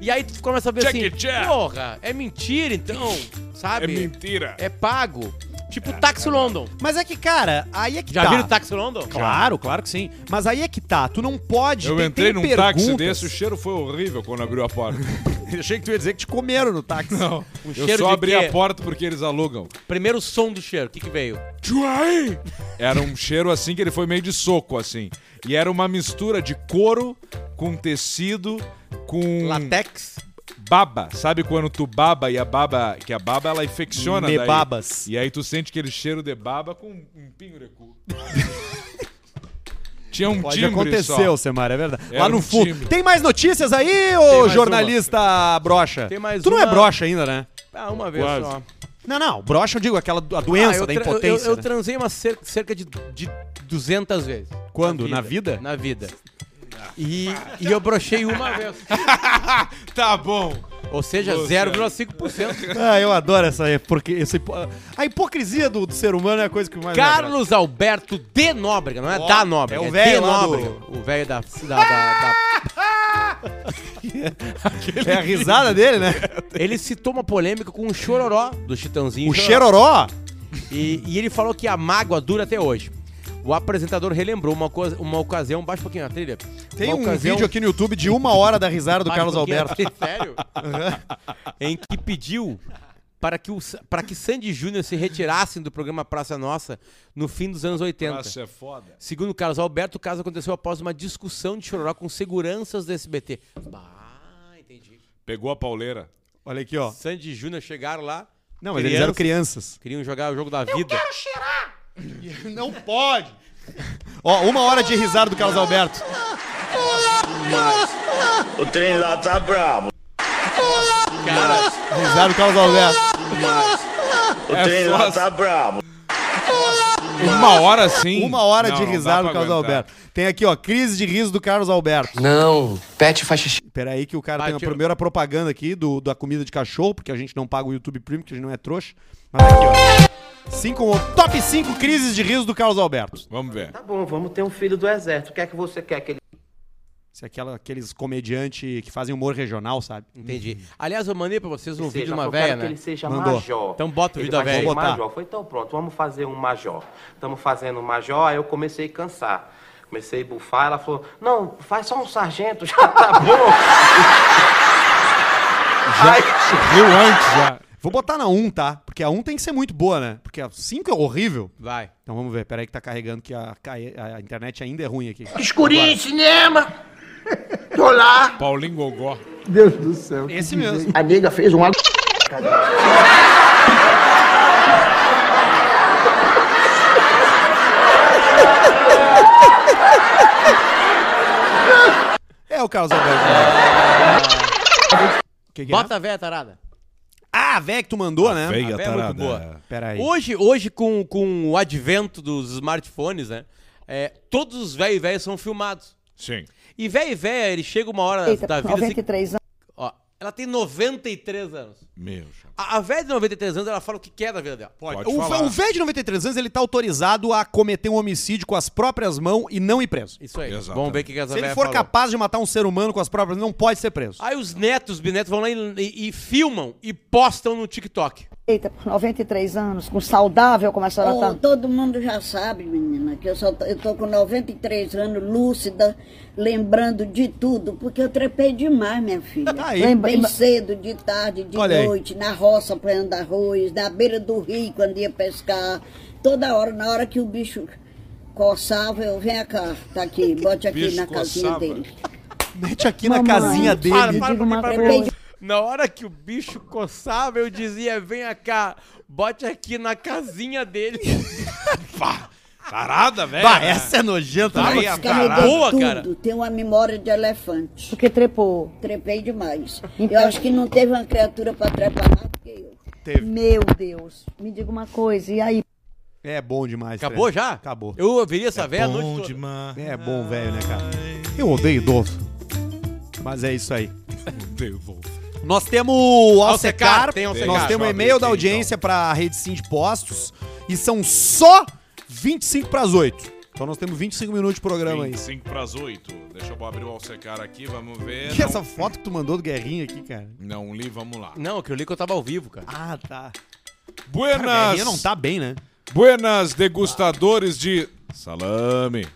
E aí tu começa a ver Check assim. it, check. Porra, é mentira então, É sabe? mentira. É, pago. Tipo Taxi London. Mas é que, cara, aí é que Já tá. viram Taxi London? Claro, claro que sim. Mas aí é que tá. Tu não pode... Eu tem- entrei tem num táxi perguntas- desse, o cheiro foi horrível quando abriu a <laughs> porta. Achei que tu ia dizer que te comeram no táxi. Não, eu Um cheiro só de abri quê? a porta porque eles alugam. Primeiro som do cheiro, o que que veio? Era um cheiro assim que ele foi meio de soco, assim. E era uma mistura de couro com tecido com Latex? baba. Sabe quando tu baba e a baba, que a baba ela infecciona Me daí. babas. E aí tu sente aquele cheiro de baba com um pingo de <laughs> cu. Tinha um Pode timbre acontecer, só. Semar, é verdade. Era Lá no um fundo. timbre. Tem mais notícias aí, ô mais jornalista brocha? Tem mais tu não é uma. brocha ainda, né? Ah, uma vez Quase. só. Não, não. Brocha eu digo aquela do- a doença Ah, eu da tra- impotência. Eu, eu né? transei uma cer- cerca de, de 200 vezes. Quando? Na vida? Na vida. E, e eu brochei uma vez. Tá bom. Ou <laughs> seja, 0,5%. Ah, eu adoro essa, porque essa hipo- a hipocrisia do, do ser humano é a coisa que mais me agrada. Carlos Alberto de Nóbrega, não é da Nóbrega, é o é, de velho lá do- Nóbrega. O velho da... da- da- da- <laughs> é a risada dele, né? Ele citou uma polêmica com o Chororó, do Chitãozinho. O Xeroró. Chororó. E, e ele falou que a mágoa dura até hoje. O apresentador relembrou uma, coisa, uma ocasião, baixa um pouquinho a trilha. Tem uma um ocasião- vídeo aqui no YouTube de uma hora da risada do Baixa um Carlos pouquinho <laughs> a Alberto. trilha, Sério? em que pediu para que, o, Sa- para que Sandy e Júnior se retirassem do programa Praça Nossa no fim dos anos 80. Nossa, é foda. Segundo o Carlos Alberto, o caso aconteceu após uma discussão de chororó com seguranças do SBT. Bah, entendi. Pegou a pauleira. Olha aqui, ó. Sandy e Júnior chegaram lá, Não, mas eles eram crianças. queriam jogar o jogo da vida. Não pode. Ó, uma hora de risada do Carlos Alberto. O trem lá tá bravo. Risada do Carlos Alberto. O É trem só- lá tá bravo. Uma hora sim. Uma hora Não, de não risada dá do pra Carlos aguentar. Alberto. Tem aqui, ó, crise de riso do Carlos Alberto. Não, pet faz xixi. Peraí que o cara Tá Ah, tem a tira- primeira propaganda aqui do, da comida de cachorro, porque a gente não paga o YouTube Premium, porque a gente não é trouxa. Mas aqui, ó. Cinco, um, top 5 crises de riso do Carlos Alberto. Vamos ver. Tá bom, vamos ter um filho do exército. O que é que você quer que ele Se é aquela, aqueles comediantes que fazem humor regional, sabe? Entendi. Aliás, eu mandei pra vocês um vídeo de seja? uma Eu quero véia, que né? ele seja Mandou. major. Então bota o Ele vídeo da vai ser véia. Vou major. Foi então pronto, vamos fazer um major. Estamos fazendo um major, aí eu comecei a cansar. Comecei a bufar, ela falou, não, faz só um sargento, <laughs> já tá bom. Viu antes já. Vou botar na 1, tá? Porque a 1 tem que ser muito boa, né? Porque a 5 é horrível. Vai. Então vamos ver, peraí que tá carregando que a, cae- a internet ainda é ruim aqui. Escurinho, cinema. Tô lá. Paulinho Gogó. Deus do céu. Esse mesmo. A nega fez um uma. É o Carlos Alberto. Que que é? Bota a véia, tarada. Ah, a véia que tu mandou, né? Veia A véia é muito tarada. boa. Peraí. Hoje, hoje com, com o advento dos smartphones, né? é, todos os velhos e velhas são filmados. Sim. E velho e velha, ele chega uma hora da vida... assim- 93 anos. ó, ela tem 93 anos. Meu. chapa. A, a velha de 93 anos, ela fala o que quer da vida dela. Pode. Pode O, falar. vé- o velho de 93 anos, ele tá autorizado a cometer um homicídio com as próprias mãos e não ir preso. Isso aí. Exatamente. Vamos ver o que que essa Se ele véia for falou. capaz de matar um ser humano com as próprias mãos, não pode ser preso. Aí os netos, os bisnetos vão lá e, e- e filmam e postam no TikTok. Eita, 93 anos, com saudável como a senhora tá. Todo mundo já sabe, menina, que eu só tô, eu tô com 93 anos, lúcida, lembrando de tudo, porque eu trepei demais, minha filha. Tá aí. Lembra- Bem cedo, de tarde, de Olha aí. noite, na roça apanhando arroz, na beira do rio quando ia pescar. Toda hora, na hora que o bicho coçava, eu venho cá, tá aqui, bote aqui bicho na casinha coçava? dele. Mete aqui na Mamãe, casinha dele. Para, para, para, para, para. Trepei de Na hora que o bicho coçava, eu dizia: vem cá, bote aqui na casinha <laughs> dele. Tarada, velho. Bah, essa é nojenta, né? Aí a carreguei tarada. Boa, tudo, cara. tenho uma memória de elefante. Porque trepou. Trepei demais. Então- Eu acho que não teve uma criatura pra trepar mais do que eu. Meu Deus. Me diga uma coisa, e aí? É bom demais. Acabou cara. já? Acabou. Eu ouviria essa velha a noite. É Bom toda. demais. É bom, velho, né, cara? Eu odeio idoso. Mas é isso aí. Devo. Nós temos o Alcecar, Alcecar, tem Alcecar. nós temos Deixa eu e-mail da abrir aqui, então. audiência pra rede Sim de Postos e são só 25 pras 8. Então nós temos 25 minutos de programa aí. 25 pras 8. Deixa eu abrir o Alcecar aqui, vamos ver. um Que não, essa foto que tu mandou do Guerrinha aqui, cara? não li, vamos lá. Não, aquilo ali que eu tava ao vivo, cara. Ah, tá. O Buenas, Guerrinha não tá bem, né? buenas degustadores de salame.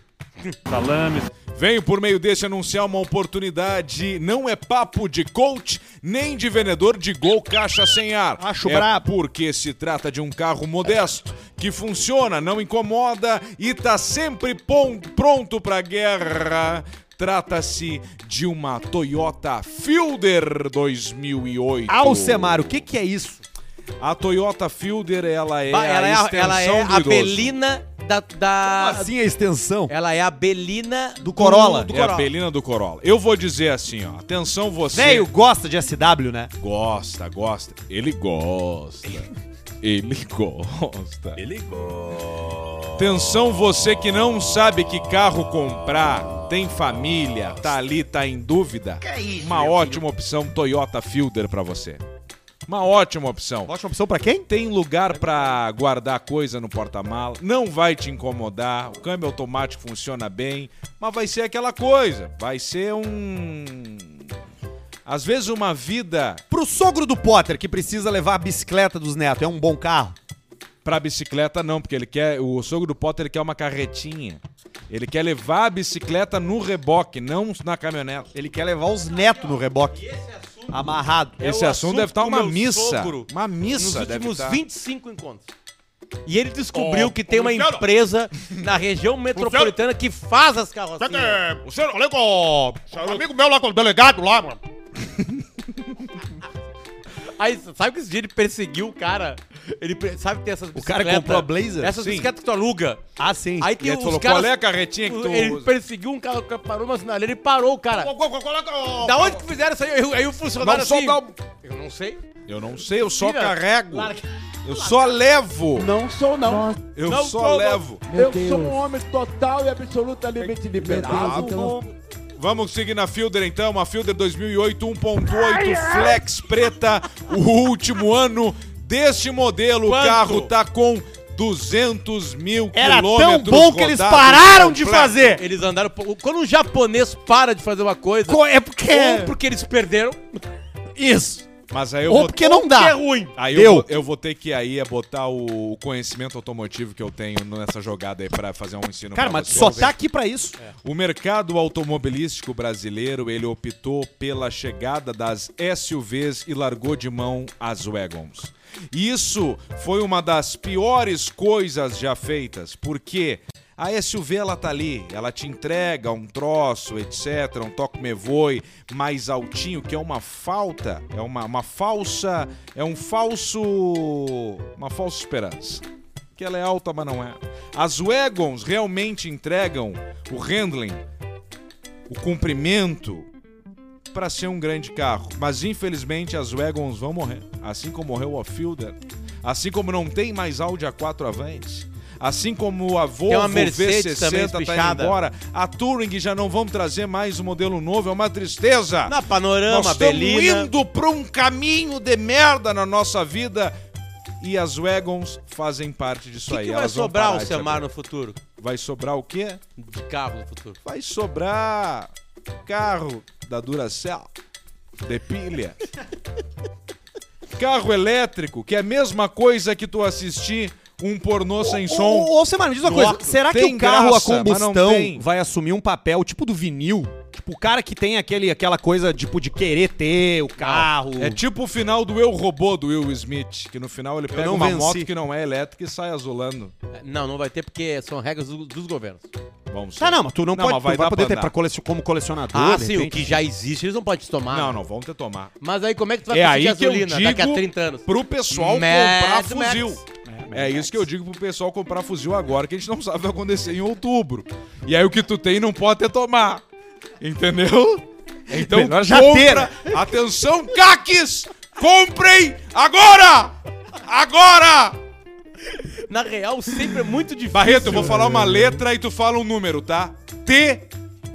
Salames. Venho por meio deste anunciar uma oportunidade. Não é papo de coach, nem de vendedor de gol caixa sem ar. Acho é brabo. Porque se trata de um carro modesto, que funciona, não incomoda e tá sempre pon- pronto pra guerra. Trata-se de uma Toyota Fielder 2008. Alcemar, o que que é isso? A Toyota Fielder, ela é Bah, ela, a é a, extensão ela é do a idoso. Belina da. da- Assim a extensão. Ela é a Belina do Corolla. Do É a Corolla. Belina do Corolla. Eu vou dizer assim, ó. Atenção você. Velho gosta de SW, né? Gosta, gosta. Ele gosta. Ele gosta. Ele gosta. Atenção você que não sabe que carro comprar, tem família, tá ali, tá em dúvida. Uma ótima opção Toyota Fielder pra você. Uma ótima opção. Ótima opção pra quem? Tem lugar pra guardar coisa no porta-mala, não vai te incomodar, o câmbio automático funciona bem, mas vai ser aquela coisa, vai ser um às vezes uma vida Pro sogro do Potter, que precisa levar a bicicleta dos netos, é um bom carro? Pra bicicleta não, porque ele quer. O sogro do Potter ele quer uma carretinha. Ele quer levar a bicicleta no reboque, não na caminhonete. Ele quer levar os netos no reboque. Amarrado. Esse assunto deve estar do uma meu missa. sogro Uma nos missa, deve últimos tá. 25 encontros. E ele descobriu que tem uma empresa na região metropolitana que faz as carrocinhas. Você não liga, ó, amigo meu lá com o delegado lá, mano. <laughs> Aí, sabe que esse dia ele perseguiu o cara? Ele pre- sabe que tem essas O cara bicicletas- comprou a Blazer? Essas Sim. bicicletas que tu aluga. Ah, sim. Aí tem E aí os tu falou, caras... qual é a carretinha que tu Ele usa? perseguiu um carro que parou uma sinaleira e parou o cara. Da onde que fizeram isso aí? Aí, aí o funcionário Não, só assim... dá um- Eu não sei. Eu não sei, eu só Tira. carrego. Larga. Eu só levo. Não sou, não. Eu Não só sou, não. levo. Eu sou um homem total e absolutamente liberado. Tá Vamos seguir na Fielder então, uma Fielder 2008 1.8 Flex preta, o último ano deste modelo. Quanto? O carro tá com 200 mil Era tão quilômetros bom que eles rodados pararam de completos. fazer. Eles andaram... po- Quando um japonês para de fazer uma coisa... Co- É porque... Ou porque eles perderam, Isso. Mas aí eu Ou vou- porque não que é dá. ruim. Aí Deu. eu vou, eu vou ter que aí é botar o conhecimento automotivo que eu tenho nessa jogada aí pra fazer um ensino. Cara, pra mas vocês. só tá aqui pra isso. O mercado automobilístico brasileiro, ele optou pela chegada das SUVs e largou de mão as wagons. Isso foi uma das piores coisas já feitas, porque a SUV ela tá ali, ela te entrega um troço, etc, um toque me voe mais altinho, que é uma falta, é uma, uma falsa, é um falso, uma falsa esperança que ela é alta, mas não é. As Wagons realmente entregam o handling, o comprimento, para ser um grande carro. Mas infelizmente as Wagons vão morrer, assim como morreu o Fielder, assim como não tem mais Audi A4 Avante. Assim como a Volvo Mercedes também V60 tá indo espichada. embora, a Touring já não vão trazer mais o modelo novo, é uma tristeza. Na Panorama, Nós estamos Belina... indo pra um caminho de merda na nossa vida. E as Wagons fazem parte disso O que, aí. que vai Elas vão sobrar parar o de Samar abrir. no futuro? Vai sobrar o quê? De carro no futuro. Vai sobrar carro da Duracell, <laughs> de pilha. carro elétrico, que é a mesma coisa que tu assistir um pornô sem som. Ô, ô, Semar, me diz uma coisa. Nossa, Será que tem o carro graça, a mas combustão não tem. vai assumir um papel tipo do vinil? Tipo, o cara que tem aquele, aquela coisa, tipo, de querer ter o carro. É tipo o final do Eu Robô do Will Smith, que no final ele pega não uma venci. moto que não é elétrica e sai azulando. É, Não, não vai ter porque são regras do- dos governos. Vamos Ah, não, mas tu não, Não, pode, mas tu vai, vai dar poder pra ter andar. pra colec- como colecionador. Ah, de sim, o repente. que já existe eles Ah, não podem tomar. Não, não, vamos ter tomar. Mas aí como é que tu vai é aí conseguir que eu digo daqui a 30 anos? pro pessoal Mad comprar Max. fuzil. É, isso que eu digo pro pessoal comprar fuzil agora, que a gente não sabe o que vai acontecer em outubro. E aí o que tu tem não pode até tomar. Entendeu? Então Melhor já compra. né? Atenção, caques! Comprem agora! Agora! Na real, sempre é muito difícil. Barreto, eu vou falar uma letra e tu fala um número, tá? T.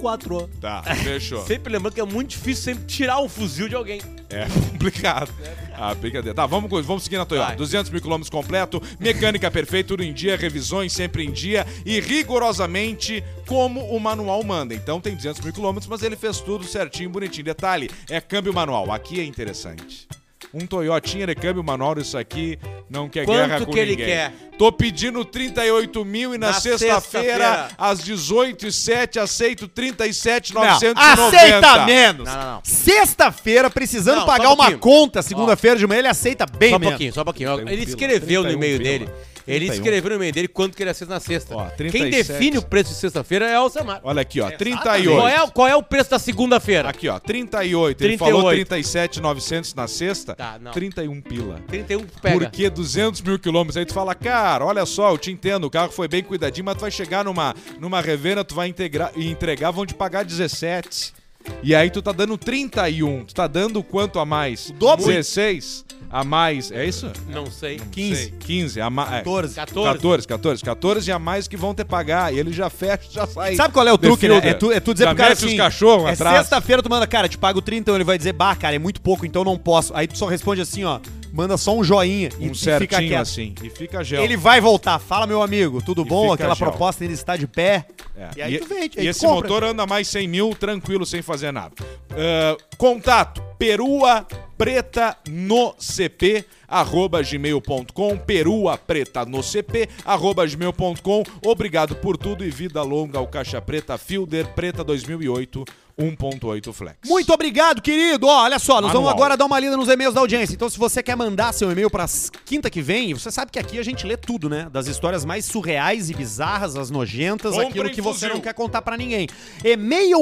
4 anos. Tá, fechou. Sempre lembrando que é muito difícil sempre tirar um fuzil de alguém. É <laughs> complicado. Ah, brincadeira. Tá, vamos, com- vamos seguir na Toyota. Vai. 200 mil quilômetros completo, mecânica perfeita, tudo em dia, revisões sempre em dia e rigorosamente como o manual manda. Então tem 200 mil quilômetros, mas ele fez tudo certinho, bonitinho. Detalhe, é câmbio manual. Aqui é interessante. Um Toyotinha de câmbio manual, isso aqui não quer Quanto guerra com que ele ninguém. quer? Tô pedindo 38 mil e na, Na sexta-feira, sexta-feira. às 18h07, aceito Não, 37,990. aceita menos. Não, não, não. Sexta-feira, precisando Não, só pagar um uma pouquinho. conta, segunda-feira de manhã, ele aceita bem Só um menos. pouquinho, só um pouquinho. 31 Ele pila, escreveu no 31 e-mail pila. dele. Ele 31. escreveu no e-mail dele quanto que ele ia ser na sexta. Ó, Quem 37. define o preço de sexta-feira é o Samar. Olha aqui, ó, 38. Qual é, o- qual é o preço da segunda-feira? Tá Aqui, ó, 38. Ele 38. falou 37,900 na sexta. Tá, não. 31 pila. 31 pega. Porque 200 mil quilômetros. Aí tu fala, cara, olha só, eu te entendo, o carro foi bem cuidadinho, mas tu vai chegar numa, numa revenda, tu vai integrar, e entregar, vão te pagar 17. E aí tu tá dando 31. Tu tá dando quanto a mais? dobro? 16 a mais. É isso? Não sei. 15. 15 a é. mais. 14. 14, 14. 14 a mais que vão ter pagar. E ele já fecha, já sai. Sabe qual é o truque, né? Defilda. É tu, é tu dizer já pro cara mete assim, os cachorros é atrás. sexta-feira tu manda, cara, te pago 30, então ele vai dizer, bah, cara, é muito pouco, então não posso. Aí tu só responde assim, ó, manda só um joinha e, Um e fica certinho quieto. assim. E fica gel. Ele vai voltar, fala meu amigo, tudo bom? fica Aquela gel. proposta ele está de pé. É. E aí tu vende, e aí tu esse compra. motor anda mais 100 mil, tranquilo, sem fazer nada. Ah, contato, perua preta no cp, arroba gmail.com, perua preta no cp, arroba gmail.com. Obrigado por tudo e vida longa ao Caixa Preta Fielder Preta 2008 1.8 Flex. Muito obrigado, querido. Ó, olha só, nós vamos Manual. agora dar uma lida nos e-mails da audiência. Então, se você quer mandar seu e-mail pra s- quinta que vem, você sabe que aqui a gente lê tudo, né? Das histórias mais surreais e bizarras, as nojentas, Comprem aquilo que você fuzil. não quer contar pra ninguém. E-mail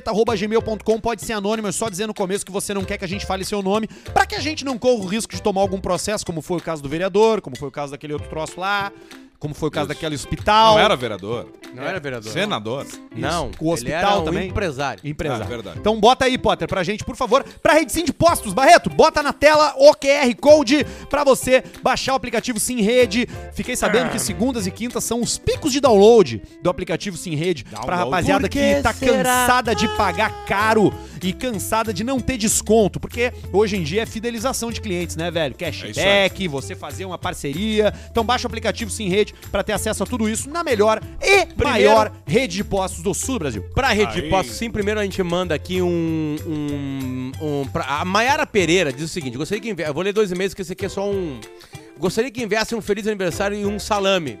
caixapreta.gmail.com pode ser anônimo, é só dizer no começo que você não quer que a gente fale seu nome, pra que a gente não corra o risco de tomar algum processo, como foi o caso do vereador, como foi o caso daquele outro troço lá, como foi o caso daquele hospital. Não era vereador. Não era vereador. Senador. Não, O hospital ele era um também? empresário. Empresário. Ah, verdade. Então bota aí, Potter, pra gente, por favor. Pra rede Sim de Postos, Barreto, bota na tela o QR Code pra você baixar o aplicativo Sim Rede. Fiquei sabendo que segundas e quintas são os picos de download do aplicativo Sim Rede pra rapaziada Por que, que tá será? cansada de pagar caro e cansada de não ter desconto, porque hoje em dia é fidelização de clientes, né, velho? É Cashback, você fazer uma parceria. Então baixa o aplicativo Sim Rede pra ter acesso a tudo isso na melhor e maior rede de postos do sul do Brasil. Pra rede de Aí. postos, sim, primeiro a gente manda aqui um. um, um pra- a Mayara Pereira diz o seguinte: gostaria que envi- Eu vou ler dois e-mails, que esse aqui é só um. Gostaria que enviasse um feliz aniversário e um salame.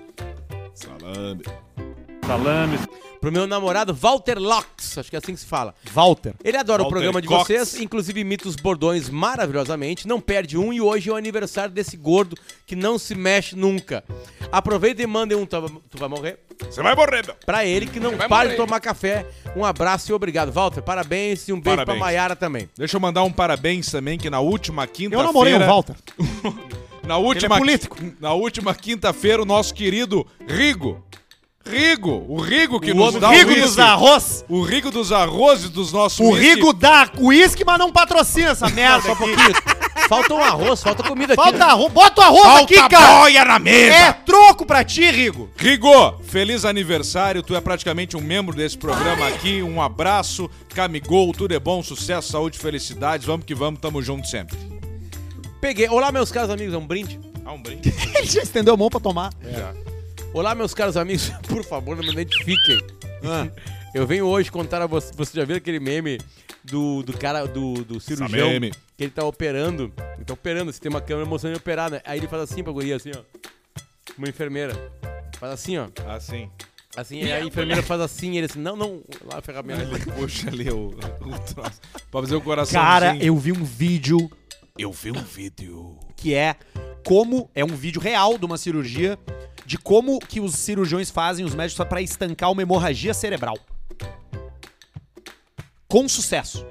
Salame. Pro meu namorado Walter Locks, acho que é assim que se fala. Walter. Ele adora o Walter programa de Cox. vocês, inclusive imita os bordões maravilhosamente, não perde um e hoje é o aniversário desse gordo que não se mexe nunca. Aproveita e mandem um tu vai- tu vai morrer Você vai morrer, meu. pra ele que não Vai para de morrer. tomar café. Um abraço e obrigado. Walter, parabéns e um beijo Parabéns. pra Maiara também. Deixa eu mandar um parabéns também, que na última quinta-feira... Eu namorei o Walter. Na última, é político. Na última quinta-feira, o nosso querido Rigo. Rigo, o Rigo que O nos homem- dá Rigo o whisky. dos arroz. O Rigo dos arrozes dos nossos O Rigo dá uísque, mas não patrocina essa merda. Só um aqui. <laughs> pouquinho. falta um arroz, falta comida aqui. Falta arroz. Bota o arroz Falta tá aqui, cara. boia na mesa. É troco pra ti, Rigo. Rigo, feliz aniversário. Tu é praticamente um membro desse programa aqui. Um abraço, camigol, tudo é bom, sucesso, saúde, felicidades. Vamos que vamos, tamo junto sempre. Peguei. Olá, meus caros amigos, é um brinde. Dá um brinde. <laughs> Ele já estendeu a mão pra tomar. É, Olá, meus caros amigos, <laughs> por favor, não me identifiquem. Ah. <laughs> Eu venho hoje contar a vocês. Vocês já viram aquele meme do, do cara, do, do cirurgião? meme. Que ele tá operando. Ele tá operando, assim, tem uma câmera mostrando ele operar, né? Aí ele faz assim pra guria, assim, ó. Uma enfermeira. Faz assim, ó. Assim. Assim, aí a enfermeira faz assim, ele assim, não, não, lá a ferramenta. Ele puxa ali o, o troço. Pra fazer o coração. Cara, eu vi um vídeo eu vi um vídeo. que é como... É um vídeo real de uma cirurgia de como que os cirurgiões fazem, os médicos, pra estancar uma hemorragia cerebral. Com sucesso.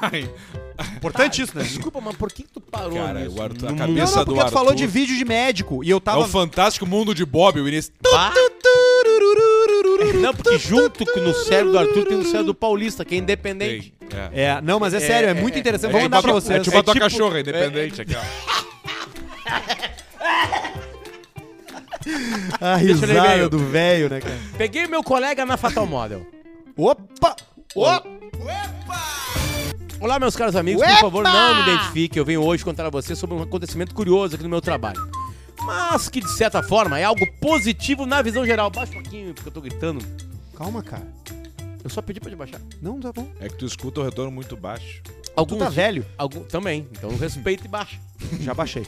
Ai, Importante isso, né? Desculpa, mas por que que tu parou Cara, nisso? o Arthur- a No cabeça- mundo? Não, não, porque do tu falou Arthur. de vídeo de médico e eu É tava... o fantástico mundo de Bob, o início. Pá. Não, porque junto com- no cérebro do Arthur tem o cérebro do Paulista, que é independente. É. É, não, mas é sério, é, muito interessante. Vamos mandar pra tipo- vocês. É tipo a tua cachorra, independente. aqui, ó. <laughs> A eu ler e-mail. risada do velho, né, cara? Peguei meu colega na Fatal Model. Opa! Opa! Olá, meus caros amigos, por Uepa! favor, não me identifique. Eu venho hoje contar a vocês sobre um acontecimento curioso aqui no meu trabalho. Mas que, de certa forma, é algo positivo na visão geral. Baixa um pouquinho, porque eu tô gritando. Calma, cara. Eu só pedi pra te baixar. Não, tá bom. É que tu escuta o retorno muito baixo. Tu Alguns, tá velho? algum- também, então respeita e baixa. Já <laughs> baixei.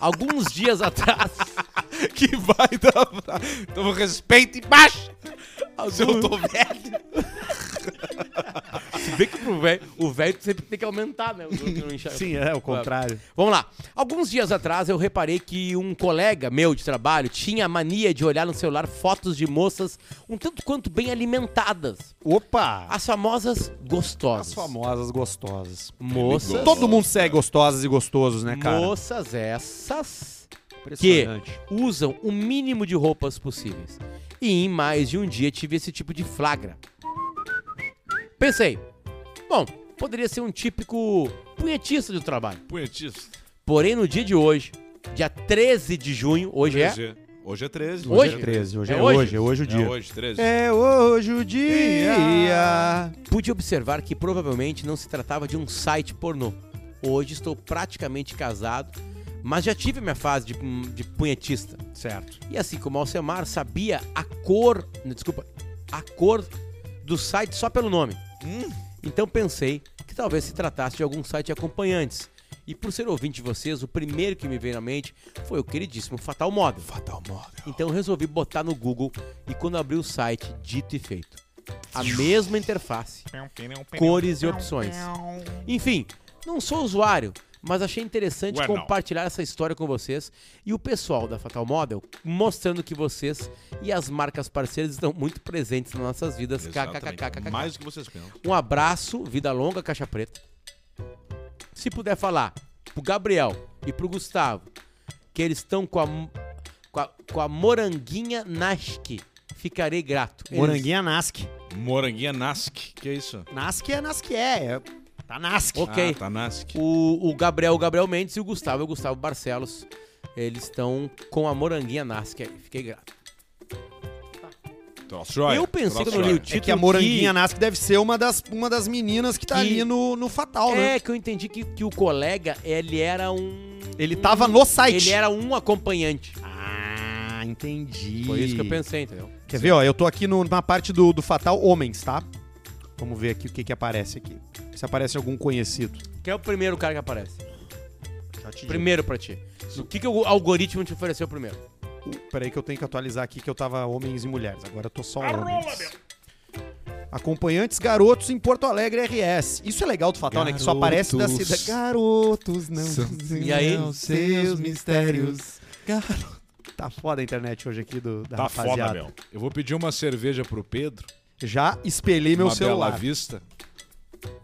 Alguns dias atrás... Que vai dar. Então respeito e baixa. Se eu tô velho. Vê que pro velho, o velho sempre tem que aumentar, né? Os outros não enxergam. é, o Vamos lá. Alguns dias atrás eu reparei que um colega meu de trabalho tinha a mania de olhar no celular fotos de moças um tanto quanto bem alimentadas. Opa! As famosas gostosas. As famosas gostosas. moças. Todo mundo segue gostosas e gostosos, né, cara? Moças essas que Impressionante. usam o mínimo de roupas possíveis. E em mais de um dia tive esse tipo de flagra. Pensei, bom, poderia ser um típico punhetista do trabalho. Punhetista. Porém, no dia de hoje, dia 13 de junho, hoje é. 13. Hoje é 13. Hoje? Hoje é 13, hoje é hoje, é hoje o dia. É hoje, 13. É hoje o dia. Pude observar que provavelmente não se tratava de um site pornô. Hoje estou praticamente casado, mas já tive minha fase de, de punhetista. Certo. E assim como Alcemar sabia a cor, desculpa, a cor do site só pelo nome. Então pensei que talvez se tratasse de algum site de acompanhantes. E por ser ouvinte de vocês, o primeiro que me veio na mente foi o queridíssimo Fatal Model. Fatal Model. Então resolvi botar no Google e quando abri o site, dito e feito. A mesma interface, cores e opções. Enfim, não sou usuário, mas achei interessante Ué, não. compartilhar essa história com vocês e o pessoal da Fatal Model mostrando que vocês e as marcas parceiras estão muito presentes nas nossas vidas. Exatamente. KKKKKK. Mais do que vocês pensam. Um abraço, vida longa, caixa preta. Se puder falar pro Gabriel e pro Gustavo que eles estão com a, m- com a, com a moranguinha Nasque, ficarei grato. Eles- Moranguinha Nasc. Moranguinha Nasc. Que é isso? Nasc é Nasc é. é- Tá Nasc. É Ok. Ah, tá Nasc. O, o Gabriel, o Gabriel Mendes e o Gustavo, o Gustavo Barcelos. Eles estão com a moranguinha Nasque, aí, fiquei grato. Troço joia. Eu pensei Troço quando eu li o joia. título É que a Moranguinha que- Nasc deve ser uma das, uma das meninas que tá Que- ali no, no Fatal, né? É, que eu entendi que, que o colega, ele era um... Ele é tava no site. Ele era um acompanhante. Ah, entendi. Foi isso que eu pensei, entendeu? Quer ver, ó? Eu tô aqui no- na parte do, do Fatal Homens, tá? Vamos ver aqui o que que aparece aqui. Se aparece algum conhecido. Quem é o primeiro cara que aparece? Já te digo. Primeiro pra ti. O que, que o algoritmo te ofereceu primeiro? Peraí que eu tenho que atualizar aqui que eu tava homens e mulheres. Agora eu tô só homens. Acompanhantes garotos em Porto Alegre RS. Isso é legal do Fatal, né? Que só aparece da Garotos. cidade. Garotos não dizem E aí? aos seus mistérios. Tá foda a internet hoje aqui do, da Tá rapaziada. foda, meu. Eu vou pedir uma cerveja pro Pedro. Já espelhei meu uma celular. Bela Vista.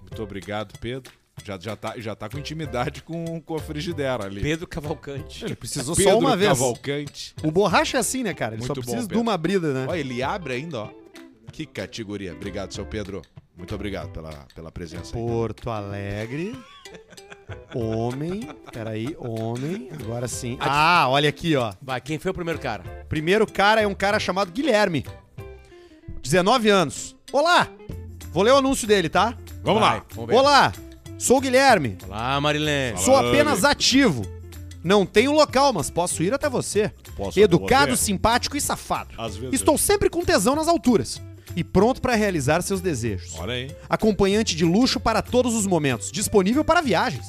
Muito obrigado, Pedro. Já, já, tá, já tá com intimidade com, com a frigideira ali. Pedro Cavalcante. Ele precisou Pedro só uma vez. Cavalcante. O borracha é assim, né, cara? Ele só Muito bom, precisa de Pedro. uma brida, né? Ó, ele abre ainda, ó. Que categoria. Obrigado, seu Pedro. Muito obrigado pela, pela presença. aí. Porto Alegre. Homem. Peraí, homem. Agora sim. Ah, olha aqui, ó. Vai, quem foi o primeiro cara? Primeiro cara é um cara chamado Guilherme. 19 anos. Olá! Vou ler o anúncio dele, tá? Vamos Vai, lá. Vamos ver. Olá! Sou o Guilherme. Olá, Marilene. Sou apenas ativo. Não tenho local, mas posso ir até você. Posso Educado, devolver? simpático e safado. Às vezes. Estou sempre com tesão nas alturas e pronto para realizar seus desejos. Olha aí. Acompanhante de luxo para todos os momentos, disponível para viagens.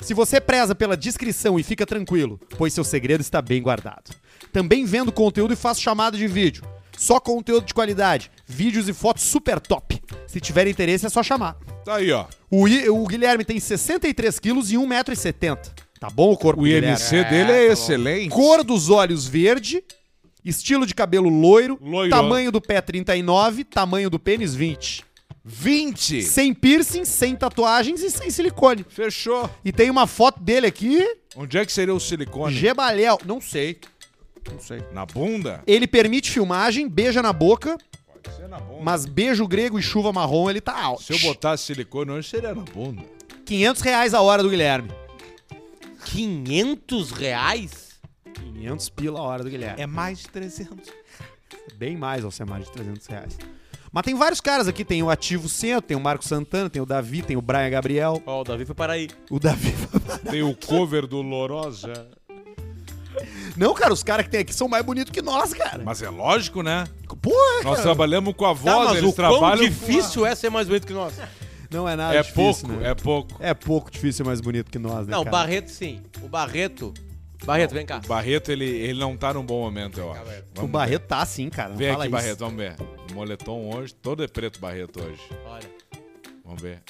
Se você preza pela discrição e fica tranquilo, pois seu segredo está bem guardado. Também vendo conteúdo e faço chamada de vídeo. Só conteúdo de qualidade, vídeos e fotos super top. Se tiver interesse é só chamar. Tá aí, ó. O, I- o Guilherme tem 63 quilos e 1,70m. Tá bom o corpo O dele? IMC dele é excelente. Cor dos olhos verde, estilo de cabelo loiro, Loiro. tamanho do pé 39, tamanho do pênis 20. 20. Sem piercing, sem tatuagens e sem silicone. Fechou. E tem uma foto dele aqui, Onde é que seria o silicone? Gebalel, não sei. Não sei. Na bunda? Ele permite filmagem, beija na boca, Pode ser na bunda. mas beijo grego e chuva marrom ele tá out. Se eu botasse silicone hoje, seria na bunda. 500 reais a hora do Guilherme. 500 reais? 500 pila a hora do Guilherme. É mais de 300. Bem mais, Alcemar, de 300 reais. Mas tem vários caras aqui. Tem o Ativo Centro, tem o Marco Santana, tem o Davi, tem o Brian Gabriel. Ó, o Davi foi para aí. O Davi... Tem o cover do Lorosa. <laughs> Não, cara, os caras que tem aqui são mais bonitos que nós, cara. Mas é lógico, né? Porra, Nós cara. trabalhamos com a voz, tá, mas eles o quão trabalham. com a- difícil é ser mais bonito que nós? Não é nada É difícil, pouco, né? é pouco. É... pouco difícil ser mais bonito que nós, né, Não, o cara? Barreto sim. O Barreto... Barreto, vem cá. Barreto, ele, ele não tá num bom momento, eu acho. O Vamos Barreto tá assim, cara. ver. Não Vem fala aqui, isso. Barreto, vamos ver. O moletom hoje, todo é preto, Barreto, hoje. Olha. Vamos ver.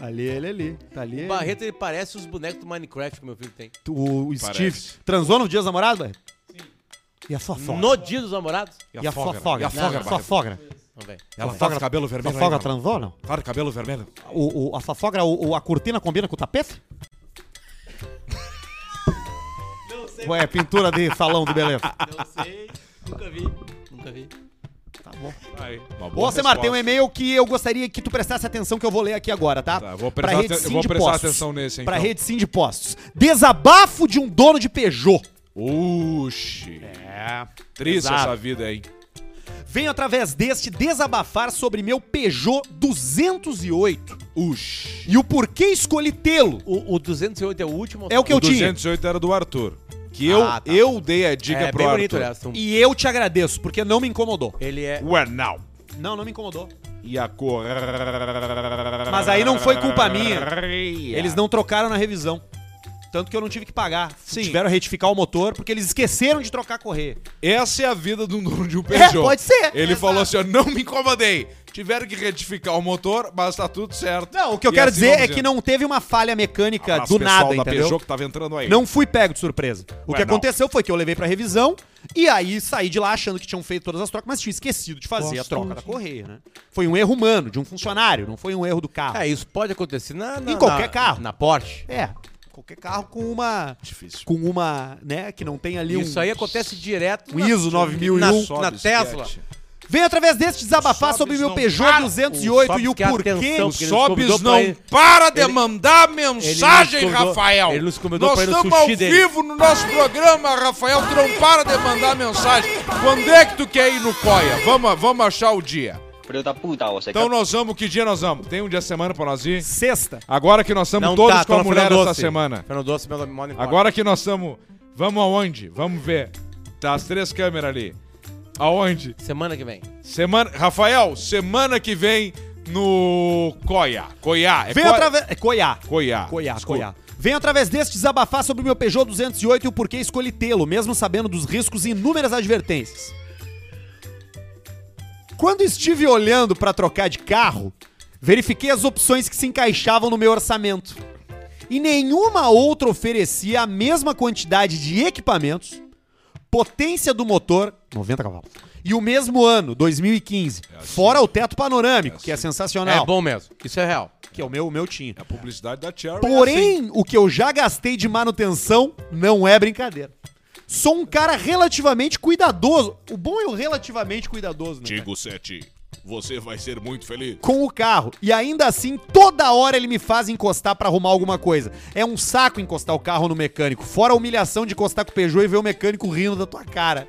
Ali, ele ali. Tá ali. O ele. Barreto, ele parece os bonecos do Minecraft que meu filho tem. O, o Steve. Parece. Transou no dia dos namorados, Barreto? Sim. E a sua sogra? No dia dos namorados? E a sua sogra? E a sogra, Sua Barreto? sogra? Vamos ver. Ela tá com cabelo Sua vermelho sogra ainda. transou, não? Tá de cabelo vermelho. O, o- a sua sogra, o- o- a cortina combina com o tapete? Não <laughs> sei. Ué, pintura de salão de beleza. Não sei. Nunca vi. Nunca vi. Tá bom. Aí, uma Ô, boa Alcemar, tem um resposta. e-mail que eu gostaria que tu prestasse atenção que eu vou ler aqui agora, tá? Tá, vou prestar aten- eu vou de prestar atenção nesse, Pra então. Rede Sim de Postos. Desabafo de um dono de Peugeot. Oxi. É. Triste Exato. essa vida, hein? Venho através deste desabafar sobre meu Peugeot 208. Ux. E o porquê escolhi tê-lo. O, o 208 é o último? É o que eu tinha. 208 era do Arthur. Que eu, Ah, tá. eu dei a dica É pro bem Arthur. bonito, aliás. um- E eu te agradeço, porque não me incomodou. Ele é... Ué, não. Não, não me incomodou. E a cor. Mas aí não foi culpa minha. Eles não trocaram na revisão. Tanto que eu não tive que pagar. Sim. Tiveram a retificar o motor porque eles esqueceram de trocar a correia. Essa é a vida de um dono de um Peugeot. pode ser. Ele falou assim: ó, não me incomodei. Tiveram que retificar o motor, mas tá tudo certo. Não, o que eu E quero assim dizer vamos é que indo. não teve uma falha mecânica Abraço, do pessoal nada, da entendeu? Peugeot que tava entrando aí. Não fui pego de surpresa. O Ué, que não. aconteceu foi que eu levei pra revisão e aí saí de lá achando que tinham feito todas as trocas, mas tinha esquecido de fazer a Gosto troca de- da correia, né? Foi um erro humano, de um funcionário, não foi um erro do carro. É, isso pode acontecer na, na- Em qualquer na- carro. Na Porsche. É, qualquer carro com uma Difícil. com uma, né, que não tem ali um Isso aí acontece direto um ISO 9001. na, Sobe, na Tesla. esquete. Vem através deste desabafar Sobes sobre meu não Peugeot para. 208 Sobes e o que é a porquê. atenção. O porque ele Sobes nos não convidou pra ir- para de ele- mandar mensagem, ele nos convidou- Rafael. ele nos convidou pra ir no Nós sushi ao dele. vivo no nosso programa, Rafael. Tu não para de mandar mensagem. Quando é que tu quer ir no Coia? Vamos, vamos achar o dia. Então nós vamos, que dia nós vamos? Tem um dia de semana pra nós ir? Sexta. Agora que nós estamos Não todos tá, com a tô no mulher Fernando essa Doce. semana. Fernando Doce, meu nome, é mole, mole. Agora que nós estamos. Vamos aonde? Vamos ver. Tá as três câmeras ali. Aonde? Semana que vem. Semana. Rafael, semana que vem no Coia. Coia. É Vem Coia- através. é Coiá. Coiá. Coiá, Ah, Desculpa. Coiá. Vem através deste desabafar sobre meu Peugeot 208 e o porquê escolhi tê-lo, mesmo sabendo dos riscos e inúmeras advertências. Quando estive olhando para trocar de carro, verifiquei as opções que se encaixavam no meu orçamento. E nenhuma outra oferecia a mesma quantidade de equipamentos, potência do motor, 90 cavalos, e o mesmo ano, 2015. Fora o teto panorâmico, que é sensacional, É bom mesmo. Isso é real. que é o meu, o meu tinha. A publicidade da Cherry. é assim. Porém, o que eu já gastei de manutenção não é brincadeira. Sou um cara relativamente cuidadoso. O bom é o relativamente cuidadoso, né? cara? Digo 7, você vai ser muito feliz. Com o carro. E ainda assim, toda hora ele me faz encostar pra arrumar alguma coisa. É um saco encostar o carro no mecânico. Fora a humilhação de encostar com o Peugeot e ver o mecânico rindo da tua cara.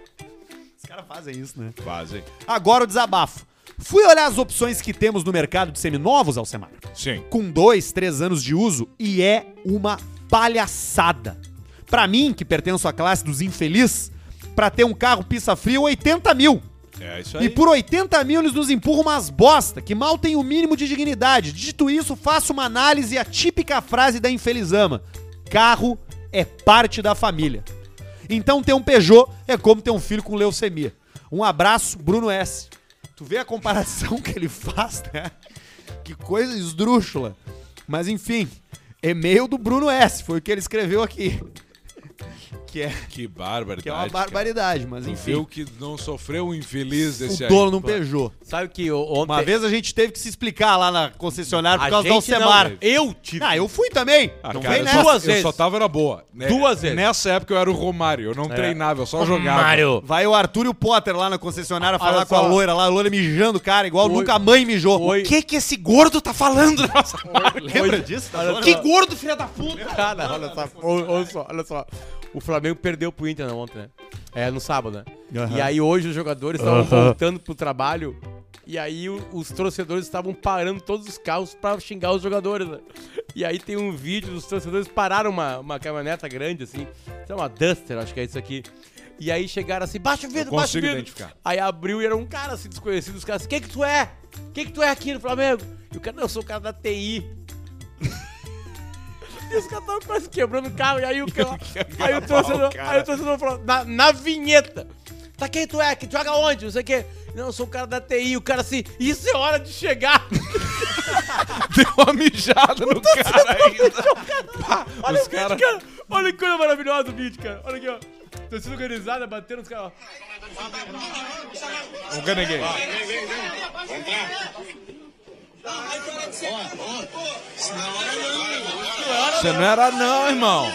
Os caras fazem isso, né? Fazem. Agora o desabafo. Fui olhar as opções que temos no mercado de seminovos, Alcemar. Sim. com dois, três anos de uso e é uma palhaçada. Pra mim, que pertenço à classe dos infeliz, pra ter um carro pista-frio, 80 mil. É isso E por 80 mil eles nos empurram umas bosta, que mal tem o mínimo de dignidade. Dito isso, faço uma análise e a típica frase da infelizama. Carro é parte da família. Então ter um Peugeot é como ter um filho com leucemia. Um abraço, Bruno S. Tu vê a comparação <laughs> que ele faz, né? Que coisa esdrúxula. Mas enfim, e-mail do Bruno S. Foi o que ele escreveu aqui. <laughs> Que é, Que barbaridade. que é uma cara. barbaridade, mas Tu enfim. viu que não sofreu o infeliz O desse aí. dono de um Peugeot. Sabe que o- ontem... Uma vez a gente teve que se explicar lá na concessionária por A causa do gente não, Alcemar. velho. Eu tive. Ah, eu fui também. Ah, não cara, vem eu nessa. só- Duas eu vezes. só tava na boa. né? Duas vezes. Nessa época eu era o Romário, eu É. não treinava, eu só jogava. Mário. Vai o Arthur e o Potter lá na concessionária falar Olha com a só. loira lá, a loira mijando, cara, igual Oi. nunca a mãe mijou. Oi. que que esse gordo tá falando? <laughs> Lembra disso? Tá Olha só. Que gordo, filha da puta! Cara, olha só, o- olha só, olha só. O Flamengo perdeu pro Inter né, ontem, né? É, no sábado, né? E aí hoje os jogadores estavam voltando pro trabalho e aí o- os torcedores estavam parando todos os carros pra xingar os jogadores, né? E aí tem um vídeo dos torcedores pararam uma, uma caminhoneta grande, assim, sei lá, uma Duster, acho que é isso aqui. E aí chegaram assim, baixa o vidro, baixa o consigo vidro. identificar. Aí abriu e era um cara assim, desconhecido, os caras, quem que tu é? Quem que tu é aqui no Flamengo? E o cara, não, eu sou o cara da TI. E os caras estavam quase quebrando o carro. E aí o cara. Aí o torcedor, aí o torcedor falou, na, na vinheta. Tá quem tu é? Que tu joga onde? Não sei o quê. Não, eu sou o cara da TI. O cara assim, isso é hora de chegar. <laughs> <laughs> Deu uma mijada no tá cara ainda. Pá, Olha os o vídeo, caras. cara. Olha que coisa maravilhosa do vídeo, cara. Olha aqui, ó. Torcida organizada, batendo nos caras, ó. Um ganeguei. Você não era não, irmão.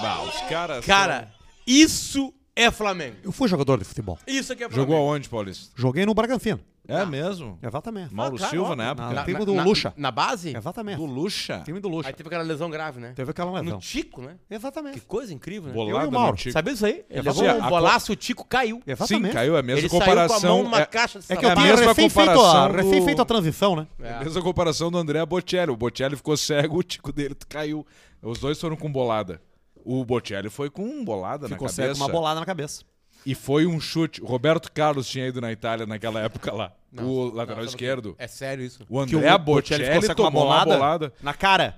Bah, os caras. Cara, isso é Flamengo. Eu fui jogador de futebol. Isso aqui é Flamengo. Jogou aonde, Paulista? Joguei no Bragantino. É mesmo? Exatamente. Mauro Silva na época? Na, time do Lucha. Na base? Exatamente. Do Lucha? Time do Lucha. Aí teve aquela lesão grave, né? Teve aquela lesão. No Tico, né? Exatamente. Que coisa incrível, né? Eu Bolada e o Mauro. no Tico. Sabia isso aí? Ele levou fazia um a bolaço, o Tico caiu. Sim, Exatamente. caiu. É a mesma Ele comparação. saiu com a mão numa é- caixa de É que sapato. eu a tinha mesma recém feito, a, comparação do- recém feito a transição, né? É. Mesma comparação do André Bocelli. O Bocelli ficou cego, <laughs> o tico dele caiu. Os dois foram com bolada. O Bocelli foi com bolada Ficou na cabeça. cego com uma bolada na cabeça. E foi um chute. O Roberto Carlos tinha ido na Itália naquela época lá. o lateral sabe o quê? esquerdo. É sério isso. O Que o André Bocelli Bocelli, ficou cego com uma tomou uma bolada? bolada. Na cara.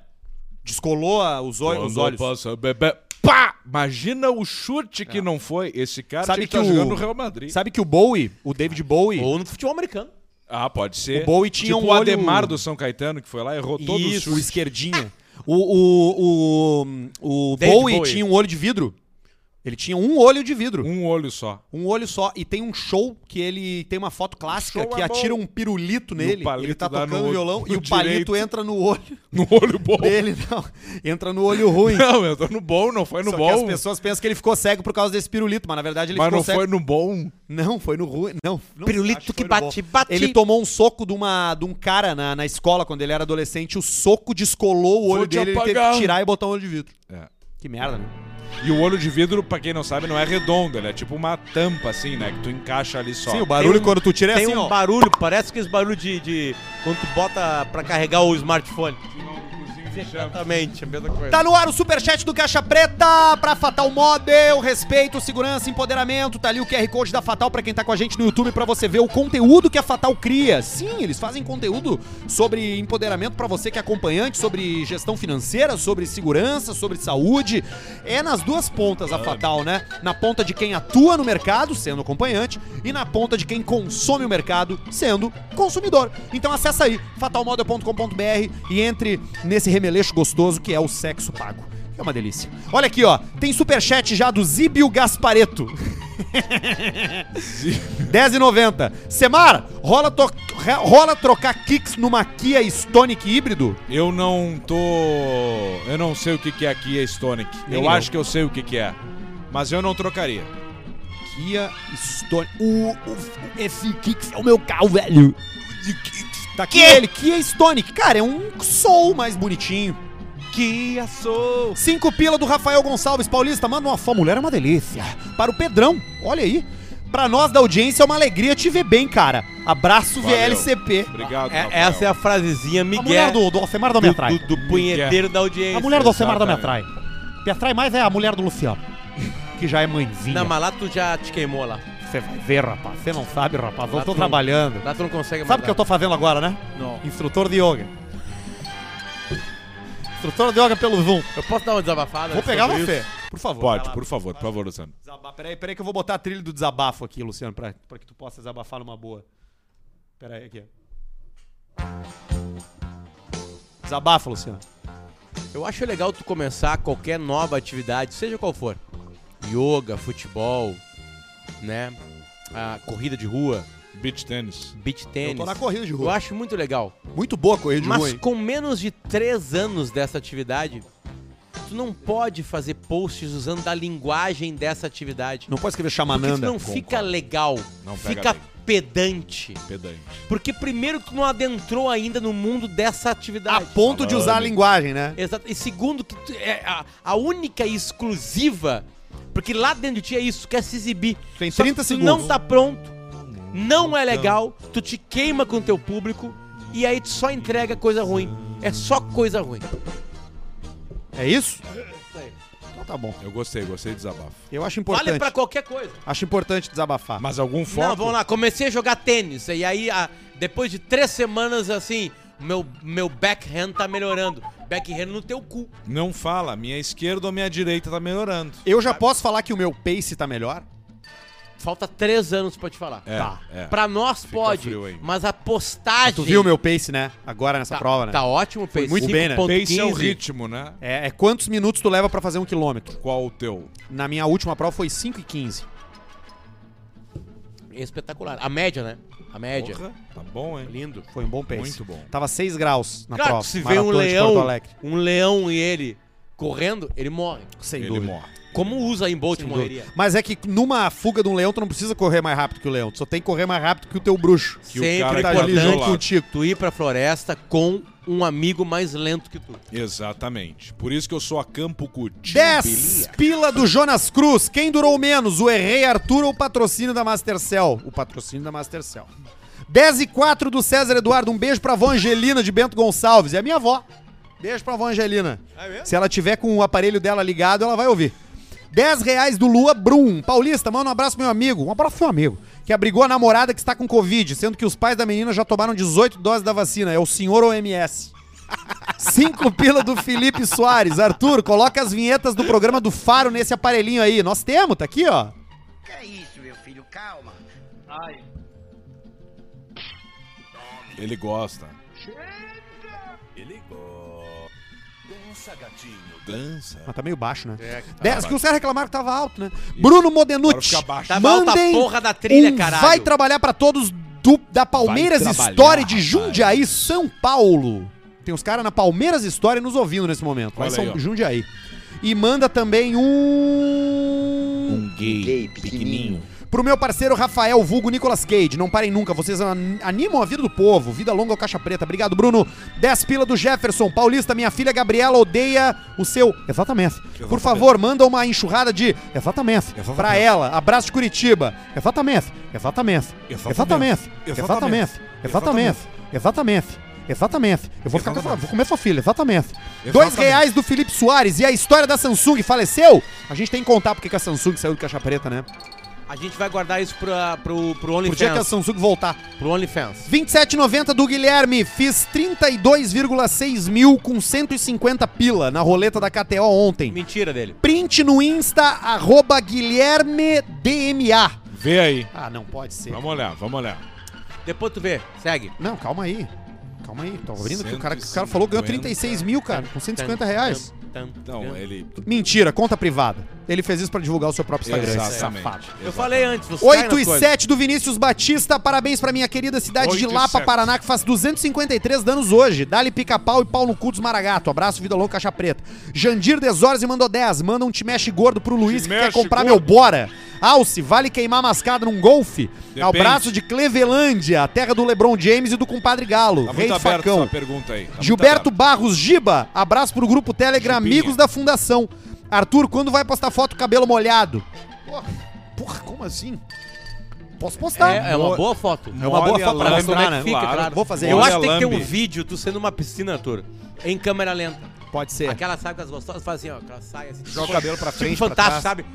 Descolou a- os, oi- os Quando olhos. passa, bebê. Pá! Imagina o chute que não foi. Esse cara É. Sabe Sabe que que tá jogando o- no Real Madrid. Sabe que o Bowie, o David Bowie, Ou no futebol americano. Ah, pode ser. O Bowie tinha tipo um o olho- Ademar do São Caetano, que foi lá e errou todos os Isso, o chutes. esquerdinha. O, o, o, o David Bowie, Bowie. tinha um olho de vidro. Ele tinha um olho de vidro. Um olho só. <laughs> Um olho só. E tem um show que ele tem uma foto clássica Show que é atira bom. um pirulito E o nele. palito Ele tá dá no tocando olho- <laughs> violão no e o palito direito. entra no olho No olho bom. dele. Não, entra no olho ruim. <laughs> Não, eu tô no bom, não foi no Só que as Tá bom. pessoas pensam que ele ficou cego por causa desse pirulito, mas na verdade ele Mas ficou não cego. foi no bom. Não, foi no ruim. Não, não Pirulito acho foi que no bate, bom. bate. Ele tomou um soco de, uma, de um cara na, na escola quando ele era adolescente. O soco descolou o olho Vou te dele. Ele teve apagar. que tirar e botar um olho de vidro. É. Que merda, né? E o olho de vidro, pra quem não sabe, não é redondo, ele é tipo uma tampa, assim, né? Que tu encaixa ali só. Sim, o barulho um- quando tu tira é Tem assim, um ó. barulho, parece que esse barulho de, de- Quando tu bota pra carregar o smartphone. Exatamente, a mesma coisa. Tá no ar o superchat do Caixa Preta pra Fatal Model, respeito, segurança, empoderamento. Tá ali o QR Code da Fatal pra quem tá com a gente no YouTube pra você ver o conteúdo que a Fatal cria. Sim, eles fazem conteúdo sobre empoderamento pra você que é acompanhante, sobre gestão financeira, sobre segurança, sobre saúde. É nas duas pontas a Fatal, né? Na ponta de quem atua no mercado, sendo acompanhante, e na ponta de quem consome o mercado, sendo consumidor. Então acessa aí fatalmodel.com.br e entre nesse remeleixo gostoso que é o sexo pago. É uma delícia. Olha aqui, ó. Tem superchat já do Zíbio Gaspareto. <laughs> R$10,90. Semar, rola, to- rola trocar kicks numa Kia Stonic híbrido? Eu não tô. Eu não sei o que, que é aqui, é Stonic. Nem eu, eu. acho que eu sei o que, que é. Mas eu não trocaria. Kia Stonic. O, o- esse kicks é o meu carro, velho. Tá aqui ele, Kia Stonic. Cara, é um soul mais bonitinho. Que sou. Cinco pila do Rafael Gonçalves Paulista. Manda uma foto. Mulher é uma delícia. Para o Pedrão, olha aí. Pra nós da audiência é uma alegria te ver bem, cara. Abraço Valeu. VLCP. Obrigado, É- Rafael. essa é a frasezinha A mulher Miguel do, do, do Alcemar da me atrai. do- do punheteiro da audiência. A mulher do Alcemar da me atrai. exatamente. Me atrai mais é a mulher do Luciano. Que já é mãezinha. Não, mas lá tu já te queimou lá. Você vai ver, rapaz. Você não sabe, rapaz. Eu Lá tô tu não- trabalhando. Lá tu não consegue Sabe o que eu tô fazendo agora, né? Não. Instrutor de yoga. Instrutor de yoga pelo Zoom. Eu posso dar uma desabafada? Vou pegar sobre você. isso? Por favor. É, vai Pode, lá. por favor, por favor, Luciano. Desaba- Peraí, peraí que eu vou botar a trilha do desabafo aqui, Luciano, pra, pra que tu possa desabafar numa boa. Peraí, aqui. ó. Desabafa, Luciano. Eu acho legal tu começar qualquer nova atividade, seja qual for. Yoga, futebol, né? Ah, corrida de rua, Beach tênis. beach tênis. corrida de Eu acho muito legal. Muito boa a corrida de Mas rua, hein? com menos de 3 anos dessa atividade, tu não pode fazer posts usando da linguagem dessa atividade. Não pode escrever porque chamananda. tu não fica legal, Não fica pega bem. pedante. Pedante. Porque primeiro que tu não adentrou ainda no mundo dessa A atividade. ponto de usar a linguagem, né? Exato. E segundo, que tu- é a, a única e exclusiva. Porque lá dentro de ti é isso, tu quer se exibir. Tem Só que 30 tu segundos. não tá pronto, não é legal, tu te queima com o teu público e aí tu só entrega coisa ruim. É só coisa ruim. É isso? Então tá bom. Eu gostei, gostei do desabafo. Eu acho importante. Vale pra qualquer coisa. Acho importante desabafar. Mas algum foco? Não, vamos lá, comecei a jogar tênis. E aí, a- depois de três semanas, assim, meu, meu backhand tá melhorando. Backhand no teu cu. Não fala, minha esquerda ou minha direita tá melhorando. Eu já posso falar que o meu pace tá melhor? Falta três anos pra te falar. É, Tá. é. Pra nós pode, frio ainda. mas a postagem. Tu viu o meu pace, né? Agora nessa Ah, tá, prova, né? Tá ótimo, Pace. muito bem, né? Pace é o 5.15. ritmo, né? É, é quantos minutos tu leva pra fazer um quilômetro? Qual o teu? Na minha última prova foi 5 e 15. Espetacular. A média, né? A média. Porra, tá bom, hein? Lindo. Foi um bom pace. Muito bom. Tava 6 graus na Claro prova. que se vem um maratona de leão, Porto Alegre. um leão e ele correndo, ele morre. Sem Ele dúvida. morre. Como o Usain Bolt Sem morreria. dúvida. Mas é que numa fuga de um leão, tu não precisa correr mais rápido que o leão. Tu só tem que correr mais rápido que o teu bruxo. Que o cara Sempre tá tá ali junto isolado. importante contigo. tu ir pra floresta com um amigo mais lento que tu. Exatamente. Por isso que eu sou a Campo Cuti. 10 pila do Jonas Cruz. Quem durou menos, o Errei Arthur ou o patrocínio da Mastercell? O patrocínio da Mastercell. 10 e 4 do César Eduardo. Um beijo pra avó Angelina de Bento Gonçalves. É a minha avó. Beijo pra avó Angelina. Se ela tiver com o aparelho dela ligado, ela vai ouvir. 10 reais do Lua Brum. Paulista, manda um abraço pro meu amigo. Um abraço pro meu amigo. Que abrigou a namorada que está com Covid, sendo que os pais da menina já tomaram 18 doses da vacina. É o senhor OMS. Cinco pila do Felipe Soares. Arthur, coloca as vinhetas do programa do Faro nesse aparelhinho aí. Nós temos, tá aqui, ó. Que é isso, meu filho? Calma. Ele gosta. Ele Dança, gatinho. Dança. Mas tá meio baixo, né? É, que tá Dez, baixo. que os caras reclamaram que tava alto, né? Bruno Modenucci. um Agora fica baixo. Tava alta a porra da trilha, caralho. Vai trabalhar pra todos do, da Palmeiras Vai trabalhar, História de rapaz. Jundiaí, São Paulo. Tem os caras na Palmeiras História nos ouvindo nesse momento. Vai Olha São aí, ó. Jundiaí. E manda também um... Um gay, pequenininho. Pro meu parceiro Rafael Vulgo Nicolas Cage, não parem nunca, vocês an- animam a vida do povo. Vida longa ao Caixa Preta. Obrigado, Bruno. 10 pila do Jefferson. Paulista, minha filha Gabriela odeia o seu. Exatamente. Por favor, manda uma enxurrada de. Exatamente. Pra ela. Abraço de Curitiba. Exatamente. Exatamente. Exatamente. Exatamente. Exatamente. Exatamente. Exatamente. Exatamente. Eu vou, ficar com a- Exatamente. vou comer sua filha, exatamente. Exatamente. Dois reais do Felipe Soares e a história da Samsung faleceu? A gente tem que contar porque que a Samsung saiu do Caixa Preta, né? A gente vai guardar isso pra, pro, pro Por dia que a OnlyFans. Samsung voltar. Pro OnlyFans. 27,90 do Guilherme. Fiz 32,6 mil com 150 pila na roleta da KTO ontem. Mentira dele. Print no Insta, arroba GuilhermeDMA. Vê aí. Ah, não pode ser. Vamos olhar, vamos olhar. Depois tu vê. Segue. Não, calma aí. Calma aí. Tô abrindo que o cara, o cara falou que ganhou 36 mil, cara, com 150 reais. Tan, tan, Não, é tan. Então, ele. Mentira, conta privada. Ele fez isso pra divulgar o seu próprio Instagram. esse Exatamente. Tá Safado. Eu falei antes, você 8 e 7 do Vinícius Batista. Parabéns pra minha querida cidade de Oito e Lapa, sete. Paraná, que faz 253 danos hoje. Dali pica-pau e pau no cu dos maragato. Abraço, vida louca, caixa preta. Jandir Desores e mandou 10. Manda um te mexe gordo pro Luiz que quer mexe comprar gordo. meu bora. Alce, vale queimar mascada num golfe? Depende. Abraço de Clevelândia, a terra do LeBron James e do compadre Galo. Tá Rei muito aberta Facão. essa pergunta aí. Tá muito Gilberto aberta. Barros Giba, abraço pro grupo Telegram Gibinha. Amigos da Fundação. Arthur, quando vai postar foto com cabelo molhado? Porra, porra, como assim? Posso postar. É, é uma boa foto. É uma boa Olha foto lá, pra lembrar, como é né? que fica, Claro. claro. Vou fazer Eu isso. acho que tem que ter um Lambe. vídeo tu sendo uma piscina, Arthur. Em câmera lenta. Pode ser. Aquela sabe que as gostosas fazem, ó. Aquela saia assim. Joga o cabelo pra Tipo frente. fantástico, pra sabe?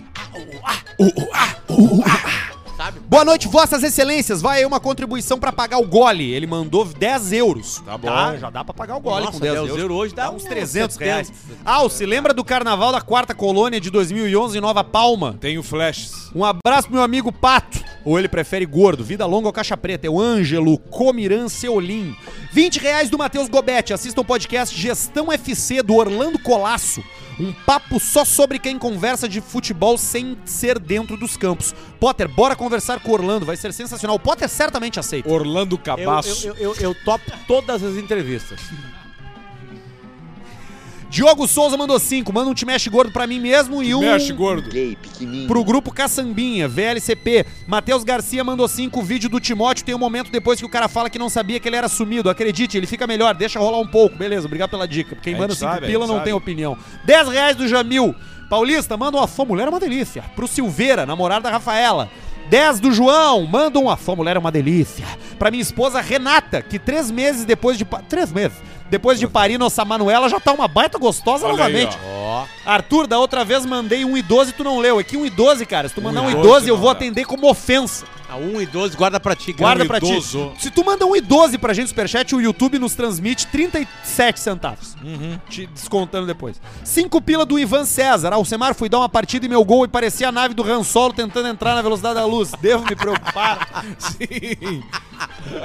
Ah, uh, ah, uh, ah, sabe? Boa noite, vossas excelências. Vai aí uma contribuição pra pagar o gole. Ele mandou 10 euros. Tá bom. já dá pra pagar o gole Nossa, com 10 10 euros. euros hoje dá uns uns 300 reais. 70. Ah, se lembra do carnaval da quarta colônia de 2011 em Nova Palma? Tenho flashes. Um abraço pro meu amigo Pato. Ou ele prefere gordo. Vida longa ou caixa preta. É o Ângelo Comiran Seolim. 20 reais do Matheus Gobetti. Assista o podcast Gestão FC do Orlando Colasso. Um papo só sobre quem conversa de futebol sem ser dentro dos campos. Potter, bora conversar com o Orlando. Vai ser sensacional. O Potter certamente aceita. Orlando Eu, Cabaço. eu, eu, eu, eu topo todas as entrevistas. Diogo Souza mandou 5. Manda um te mexe gordo pra mim mesmo e um... Mexe, gordo. Gay, pequenininho. Pro grupo Caçambinha, VLCP. Matheus Garcia mandou cinco o vídeo do Timóteo. Tem um momento depois que o cara fala que não sabia que ele era sumido. Acredite, ele fica melhor, deixa rolar um pouco. Beleza, obrigado pela dica. Quem A manda gente cinco sabe, a pila gente não sabe. tem opinião. 10 reais do Jamil. Paulista, manda uma fã, mulher é uma delícia. Pro Silveira, namorada da Rafaela. 10 do João, manda uma fã, mulher é uma delícia. Pra minha esposa Renata, que três meses depois de. pa- Três meses. Depois de parir nossa Manuela, já tá uma baita gostosa Olha aí, novamente. Arthur, da outra vez mandei 1 e 12 tu não leu. É que 1 e 12, cara, se tu mandar 1 e 12, 12 eu não vou dá. atender como ofensa. A 1 e 12, guarda pra ti. cara. Guarda um pra ti. idoso. Se tu manda 1 e 12 pra gente, Superchat, o YouTube nos transmite 37 centavos. Te descontando depois. 5 pila do Ivan César. Alcemar, fui dar uma partida e meu gol e parecia a nave do Han Solo tentando entrar na velocidade da luz. Devo me preocupar. Sim.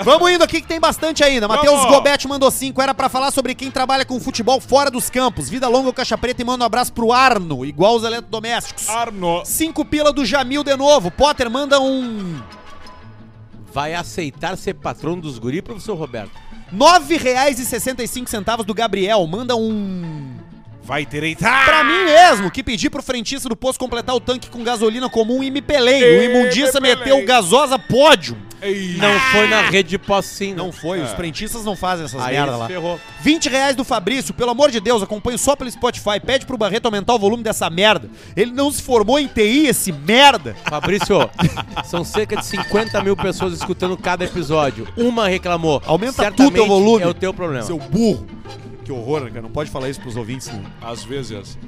Vamos indo aqui que tem bastante ainda. Matheus Vamos. Gobetti mandou 5. Era pra falar sobre quem trabalha com futebol fora dos campos. Vida longa, o caixa preta e manda um abraço pro Arno, igual os Ah. eletrodomésticos. Arno. Cinco pila do Jamil de novo. Potter manda um. Vai aceitar ser patrono dos guri, professor Roberto? R$ 9,65 do Gabriel. Manda um. Vai direita. Pra mim mesmo, que pedi pro frentista do posto completar o tanque com gasolina comum e me pelei. o imundista meteu gasosa pódio. Não foi na rede de posse, sim. Não foi, os frentistas não fazem essas Aí merda se lá. ferrou. 20 reais do Fabrício, pelo amor de Deus, acompanho só pelo Spotify. Pede pro Barreto aumentar o volume dessa merda. Ele não se formou em TI, esse merda. Fabrício, são cerca de 50 mil pessoas escutando cada episódio. Uma reclamou. Aumenta Certamente tu teu volume. É o teu problema. Seu burro. Que horror, cara. Não pode falar isso pros ouvintes, né? não. Às vezes.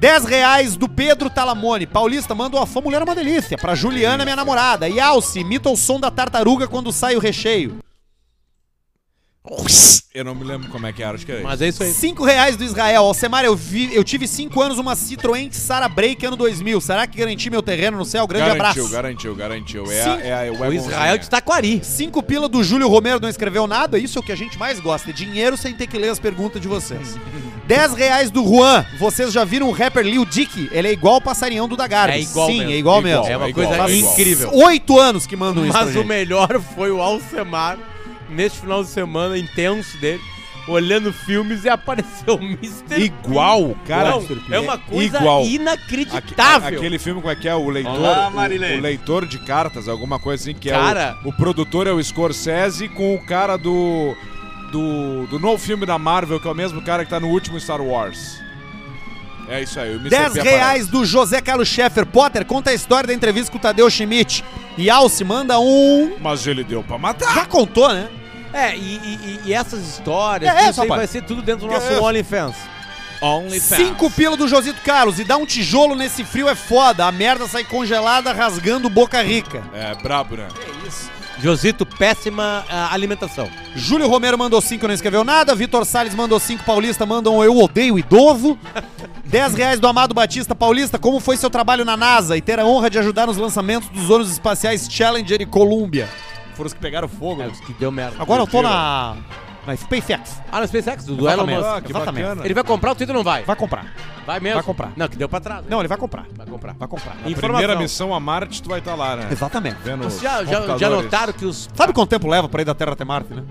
10 reais do Pedro Talamone. Paulista, manda uma fã, mulher é uma delícia. Pra Juliana, minha namorada. E Alce, imita o som da tartaruga quando sai o recheio. Eu não me lembro como é que era, acho que era Mas é isso aí. 5 reais do Israel. Alcemar, eu, vi, eu tive 5 anos uma Citroën Sara Break ano 2000. Será que garanti meu terreno no céu? um Grande garantiu, abraço. garantiu, garantiu. É, Sim. a- é a O Wagonzinha. Israel de Taquari. 5 pila do Júlio Romero não escreveu nada. Isso é o que a gente mais gosta. É dinheiro sem ter que ler as perguntas de <laughs> vocês. 10 reais do Juan. Vocês já viram o rapper Lil Dick? Ele é igual o passarinho do Dagarbi. É igual Sim, mesmo. é igual, Igual, mesmo. É uma igual, coisa é igual. incrível. Oito anos que mandam isso. pra Mas o gente. melhor foi o Alcemar, neste final de semana intenso dele, olhando filmes e apareceu o Mr. Igual, cara. Não, é uma coisa Igual. Aque- a- inacreditável. Aquele filme, como é que é? O Leitor. Olá, o- Marilene. o, Leitor de Cartas, alguma coisa assim, que Cara. é. O, o produtor é o Scorsese com o cara do. Do, do novo filme da Marvel, que é o mesmo cara que tá no último Star Wars. É isso aí, o Mr. 10 P reais do José Carlos Scheffer. Potter, conta a história da entrevista com o Tadeu Schmidt. E Alce manda um. aparece. Mas ele deu pra matar. Já contou, né? É, e, e- e- e essas histórias, É, é, isso aí rapaz. vai ser tudo dentro do Que é nosso isso? OnlyFans. Cinco pila do Josito Carlos. E dar um tijolo nesse frio é foda. A merda sai congelada rasgando boca rica. É, brabo, né? Josito, péssima ah, alimentação. Júlio Romero mandou cinco, não escreveu nada. Vitor Salles mandou cinco. Paulista mandam um eu odeio idovo. 10 reais do Amado Batista Paulista. Como foi seu trabalho na NASA e ter a honra de ajudar nos lançamentos dos ônibus espaciais Challenger e Columbia? Foram os que pegaram fogo. É, né? os que deu merda. Agora eu tô na. Na SpaceX. Ah, no SpaceX, do do Elon Exatamente. Musk. Ah, que Exatamente. bacana. Ele vai comprar o Twitter ou não vai? Vai comprar. Vai mesmo? vai comprar. Não, que deu pra trás. né? Não, ele vai comprar. Vai comprar. Vai comprar. A primeira missão a Marte, tu vai estar lá, né? Exatamente. Vendo os Vocês já, já, já computadores. notaram que os. Sabe quanto tempo leva pra ir da Terra até Marte, né?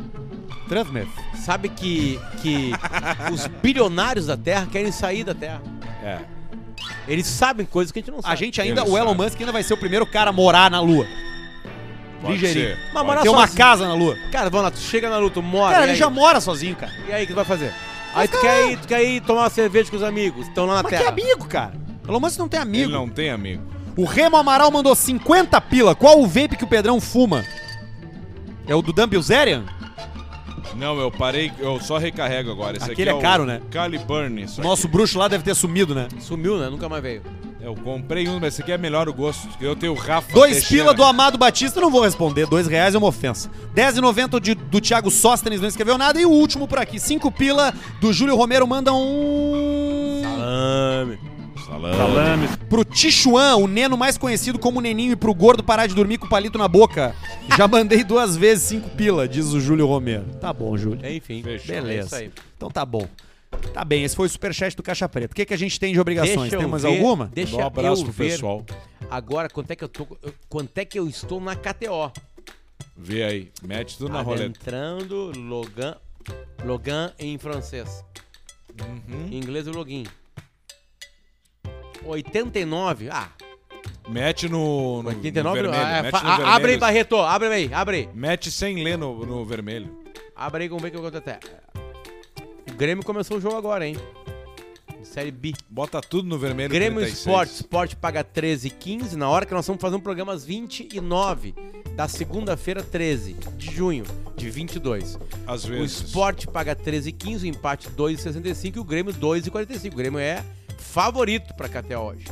Três meses. Sabe que, <laughs> que os bilionários da Terra querem sair da Terra. É. Eles sabem coisas que a gente não sabe. A gente ainda, Ele o Elon sabe. Musk ainda vai ser o primeiro cara a morar na Lua. Pode Ligeirinho. ser. Mas Pode morar Ter uma sozinho. casa na Lua. Cara, vamos lá, tu chega na luta, mora. Cara, e ele aí? já mora sozinho, cara. E aí, o que tu vai fazer? Aí tu quer, ir, tu quer ir tomar uma cerveja com os amigos, estão lá na Mas que Terra. amigo, cara. Elon Musk não tem um amigo. Ele não tem amigo. O Remo Amaral mandou 50 pila. Qual o vape que o Pedrão fuma? É o do Dan Bilzerian? Não, eu parei, eu só recarrego agora. Esse Aquele aqui é o caro, né? Caliburn, isso aqui. é Nosso bruxo lá deve ter sumido, né? Sumiu, né? Nunca mais veio. Eu comprei um, mas esse aqui é melhor o gosto. Eu tenho o Rafa. Dois Teixeira. pila do Amado Batista, eu não vou responder. Dois reais é uma ofensa. 10,90 de- do Thiago Sóstenes, não escreveu nada. E o último por aqui, cinco pila do Júlio Romero, manda um... Salame. Salame. Pro Tichuan, o neno mais conhecido como Neninho, e pro gordo parar de dormir com o palito na boca. Já mandei duas vezes cinco pila, diz o Júlio Romero. Tá bom, Júlio. Enfim, Fechou. beleza. Beleza. Então tá bom. Tá bem, esse foi o superchat do Caixa Preta. O que, que a gente tem de obrigações? Deixa eu tem mais ver- alguma? Deixa Dá um abraço eu pro ver pessoal. Agora quanto é que eu tô, eu- quanto é que eu estou na KTO. Vê aí. Mete Tá tudo na roleta. Adentrando Logan, Logan em francês. Uhum. Em inglês é login. 89. Ah, Mete no, no, 89. no vermelho. ah, é, mete fa- no a- vermelho. abre aí, Barreto. Abre aí, abre aí. Mete sem ler no, no vermelho. Abre aí, vamos ver o que acontece. O Grêmio começou o jogo agora, hein? Série B. Bota tudo no vermelho. Grêmio 36. Esporte. Esporte paga 13,15 na hora que nós estamos fazendo um programa às 29 da segunda-feira, 13 de junho de 22. Às O vezes. Sport paga 13,15, o empate 2,65 e o Grêmio 2,45. O Grêmio é favorito pra KTO hoje.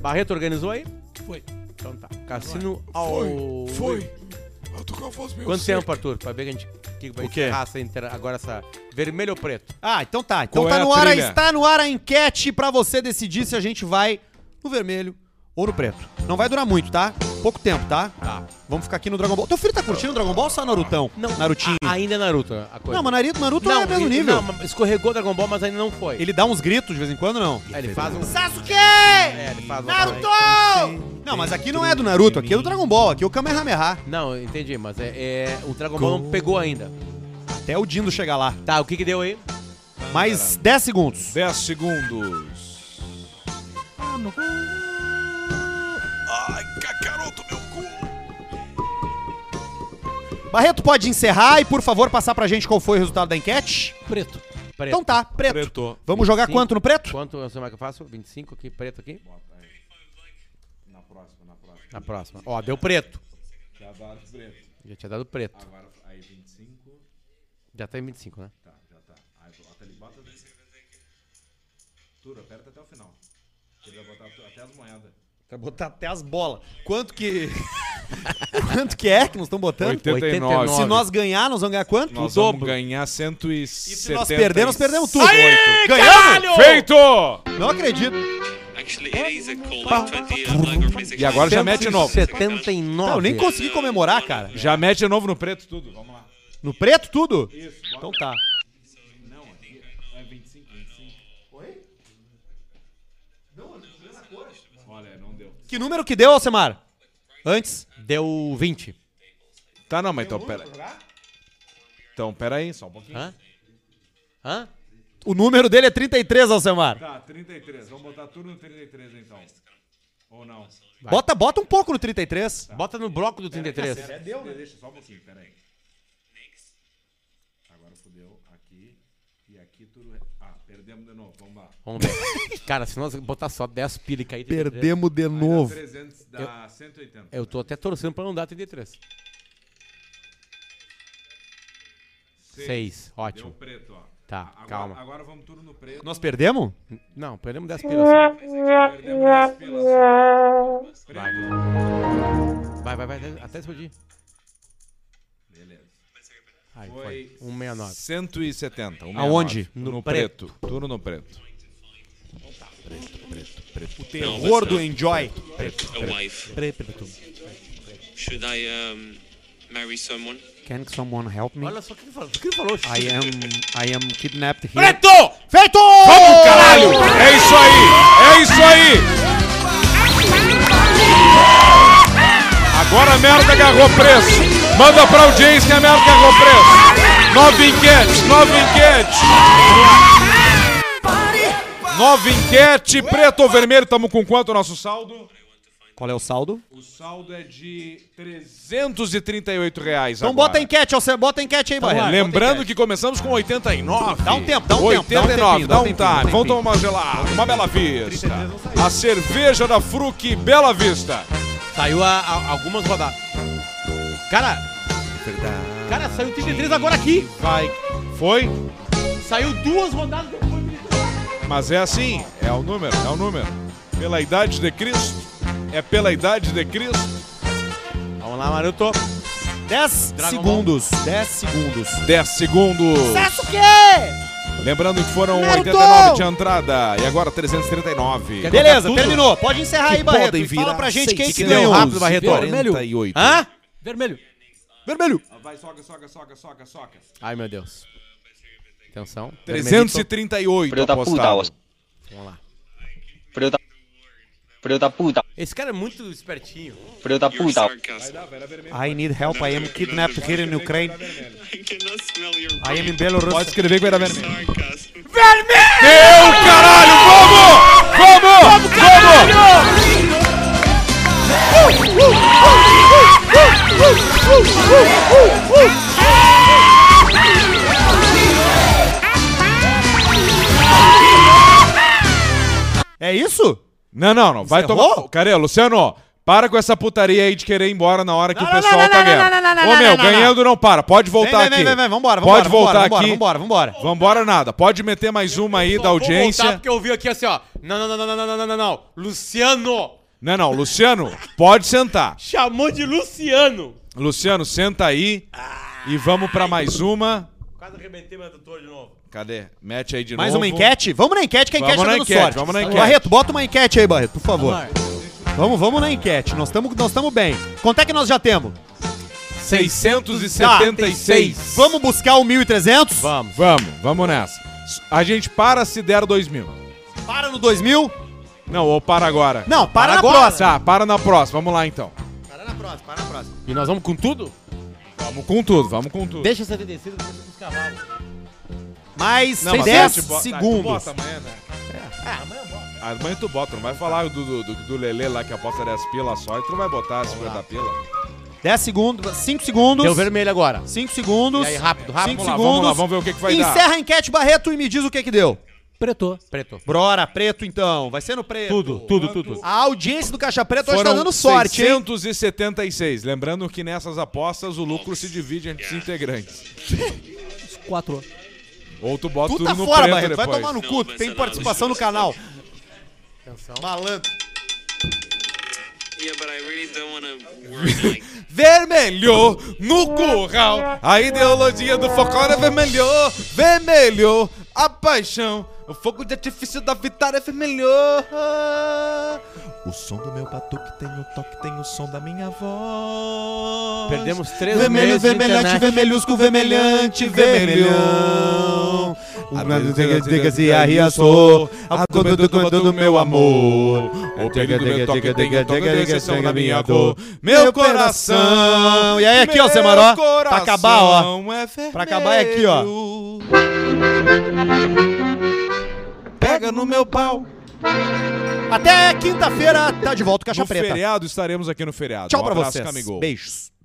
Barreto organizou aí? Foi. Então tá. Cassino ao. é. Eu tô com a voz meio Quanto seca. tempo, Arthur? Pra ver que a gente que vai O quê? encerrar essa inter- agora essa. Vermelho ou preto? Ah, então tá. Então Qual tá é a no ar, a- trilha? está no ar a enquete pra você decidir se a gente vai no vermelho ou no preto. Não vai durar muito, tá? Pouco tempo, tá? Tá. Vamos ficar aqui no Dragon Ball. Teu filho tá curtindo o Dragon Ball ou só Narutão? Narutinho. a- ainda é Naruto a coisa. não, mas Naruto, Naruto é mesmo ele- nível. Não, mas escorregou Dragon Ball, mas ainda não foi. Ele dá uns gritos de vez em quando, não? É, ele faz um. Sasuke! É, ele faz um. Naruto! Não, mas aqui não é do Naruto, aqui é do Dragon Ball, aqui é o Kamehameha. Não, entendi, mas é, é- o Dragon Ball não pegou ainda. Até o Dindo chegar lá. Tá, o que que deu aí? Mais 10 segundos. 10 segundos. Ai, cacaroto, meu cu. Barreto pode encerrar e, por favor, passar pra gente qual foi o resultado da enquete? Preto. Preto. Então tá, preto. Preto. Vamos jogar quanto no preto? Quanto eu sei mais que eu faço? 25 aqui, preto aqui. Na próxima, na próxima. Na próxima. Ó, deu preto. Já dá preto. Já tinha dado preto. Agora, aí 25. Já tá em 25, né? Tá, já tá. Aí bota ali, bota ali. Turo, aperta até o final. Ele vai botar até as moedas. Vai botar até as bolas. Quanto que. <laughs> quanto que é que nós estamos botando? 89. Se nós ganhar, nós vamos ganhar quanto? Nós vamos ganhar 170. E se nós perder, nós perdemos tudo. Aí, Ganhamos? Feito! Não acredito. E agora Tá já mete de novo. 79. Não, eu nem consegui comemorar, cara. Já mete de novo no preto tudo. Vamos lá. No preto, tudo? Isso. Então tá. Olha, não deu. Que número que deu, Alcemar? Antes? Deu 20. Tá, não, mas então pera Então, pera aí, só um pouquinho. Hã? Hã? O número dele é 33, Alcemar. Tá, 33. Vamos botar tudo no 33 então. Ou não? Bota, bota um pouco no 33. Bota no bloco do 33. deu, né? Deixa só um pouquinho, pera aí. Agora fodeu aqui e aqui tudo. Ah, perdemos de novo. Vamos lá. Vamos ver. Cara, se nós botar só 10 pilha e cair 33, Perdemos de Dá novo. 300, dá 180. É, Eu tô até torcendo pra não dar 33. 6. Deu Ótimo. preto, ó. Tá, Agora- calma. Agora vamos tudo no preto. Nós perdemos? Não, perdemos 10 pilhas. Perdemos as pilas. Vai, vai, vai. até- Até explodir. Beleza. Aí, Foi foi. 169. 170. um Aonde? 69. No, No preto. Tudo no preto. Terror do Enjoy. Preto. Should I um, marry someone? Can someone help me? Olha só o que ele falou. O que ele falou? I am, I am kidnapped here. Preto! Feito! Vamos, caralho! É isso aí! É isso aí! Agora a merda agarrou preço! Manda pra audiência que a merda agarrou preço! Nove enquete, nove enquete! Nove enquete, preto ou vermelho, tamo com quanto o nosso saldo? Qual é o saldo? O saldo é de 338 reais Então bota a enquete, Alcemar. Bota a enquete aí, Barreto. é, Então Lembrando que começamos com 89. Dá um tempo, dá um tempo, dá um 89, tempinho, dá dá um tempinho, um time. dá um Vamos tempinho. tomar uma gelada, uma bela vista. A cerveja da Fruc Bela Vista. Saiu a- a- algumas rodadas. Cara. Cara, saiu 33 agora aqui. Vai. Foi? Saiu duas rodadas depois. Mas é assim, é o número, é o número. Pela idade de Cristo, é pela idade de Cristo. Vamos lá, Maruto. 10 Dragon segundos. 10 segundos. 10 segundos. o quê? Lembrando que foram Naruto! 89 de entrada e agora 339. Beleza, terminou. Pode encerrar aí, Barreto. podem E fala virar pra gente quem seis que quilos. ganhou. Rápido, Barreto. 48. Hã? Vermelho. Vermelho. Vai, soca, soca, soca, soca, soca. Ai, meu Deus. Atenção. 338 Filho da puta, apostado. Oscar. Vermelhito. Vamos lá. Filho da... Filho da puta. Esse cara é muito espertinho. Filho da You're puta. sarcasm. <laughs> I need help. I am kidnapped here in Ukraine. I cannot smell your I am in Belarus. Pode escrever que vai dar vermelho. sarcasm. Deu, caralho! Vamos! Vamos! Vamos! É isso? Não, não, não. Vai Encerrou? tomar. Cara, Luciano, para com essa putaria aí de querer ir embora na hora que o Não, não, pessoal não, tá não, ganhando. não, não, não, Ô, não, meu, não, não, ganhando não para. Pode voltar vem, aqui. vem, vem, vem. Vambora, Pode vambora, voltar vambora, aqui. vambora, vambora. Vambora nada. Pode meter mais uma aí da Vou voltar audiência. porque eu ouvi aqui assim, ó. Não, não, não, não, não, não, não, não, não. Luciano. Não, não, Luciano, pode sentar. Chamou de Luciano. Luciano, senta aí e vamos pra mais uma. Quase arrebentei meu doutor de novo. Cadê? Mete aí de Mais novo. uma enquete? Vamos na enquete, que a enquete Vamos tá na dando enquete, sorte. vamos na enquete. Barreto, bota uma enquete aí, Barreto, por favor. Vamos Vamos, vamos na enquete. Nós estamos nós tamo bem. Quanto é que nós já temos? 676. Tá, Vamos buscar o 1.300? Vamos. Vamos, vamos nessa. A gente para se der 2000. Para no 2.000? Não, ou para agora. Não, para, na agora. próxima. Tá, para na próxima. Vamos lá então. Para na próxima, para na próxima. E nós vamos com tudo? Vamos com tudo, vamos com tudo. Deixa 75 e deixa os cavalos. Mais Não, mas 10 aí tu bota- segundos. Ah, tu bota amanhã, né? É. Ah, Amanhã tu bota, não vai falar do, do, do, do Lelê lá que aposta 10 pila só e tu não vai botar 50 pila. 10 segundos, 5 segundos. Deu vermelho agora. 5 segundos. E aí, rápido, rápido. Cinco Vamos lá, segundos. vamos lá, vamos ver o que que vai dar. Encerra a enquete, Barreto, e me diz o que que deu. Preto. Preto. Brora, preto então. Vai ser no preto. Tudo, tudo, tudo. A audiência do Caixa Preta hoje Foram tá dando sorte, hein? 676. Lembrando que nessas apostas o lucro se divide entre os integrantes. Quatro. Ou tu bota Tu tudo tá no fora, preto Barreto. Vai depois. tomar no cu. tu Tem participação no canal. Malandro. Yeah, but I really don't want to worry. Like, Vermelho no curral, a ideologia do Focora é vermelho, vermelho, a paixão, o fogo de artifício da vitória é vermelho. O som do meu batuque tem o toque, tem o som da minha voz. Perdemos três Vermelho, meses de vermelhante, internet. vermelhusco, vermelhante, vermelhão. A minha diga, diga se arriaçou, a conta do canto do meu amor. O pega, diga, diga, diga, diga, diga, são na minha cor. Meu coração. E aí, aqui, ó, meu Semaró, pra acabar, ó. coração é vermelho. Pra acabar é aqui, ó. Pega no meu pau. Até quinta-feira tá de volta o Caixa No Preta. feriado estaremos aqui no feriado. Tchau Um pra abraço, vocês. Camigol. Beijos.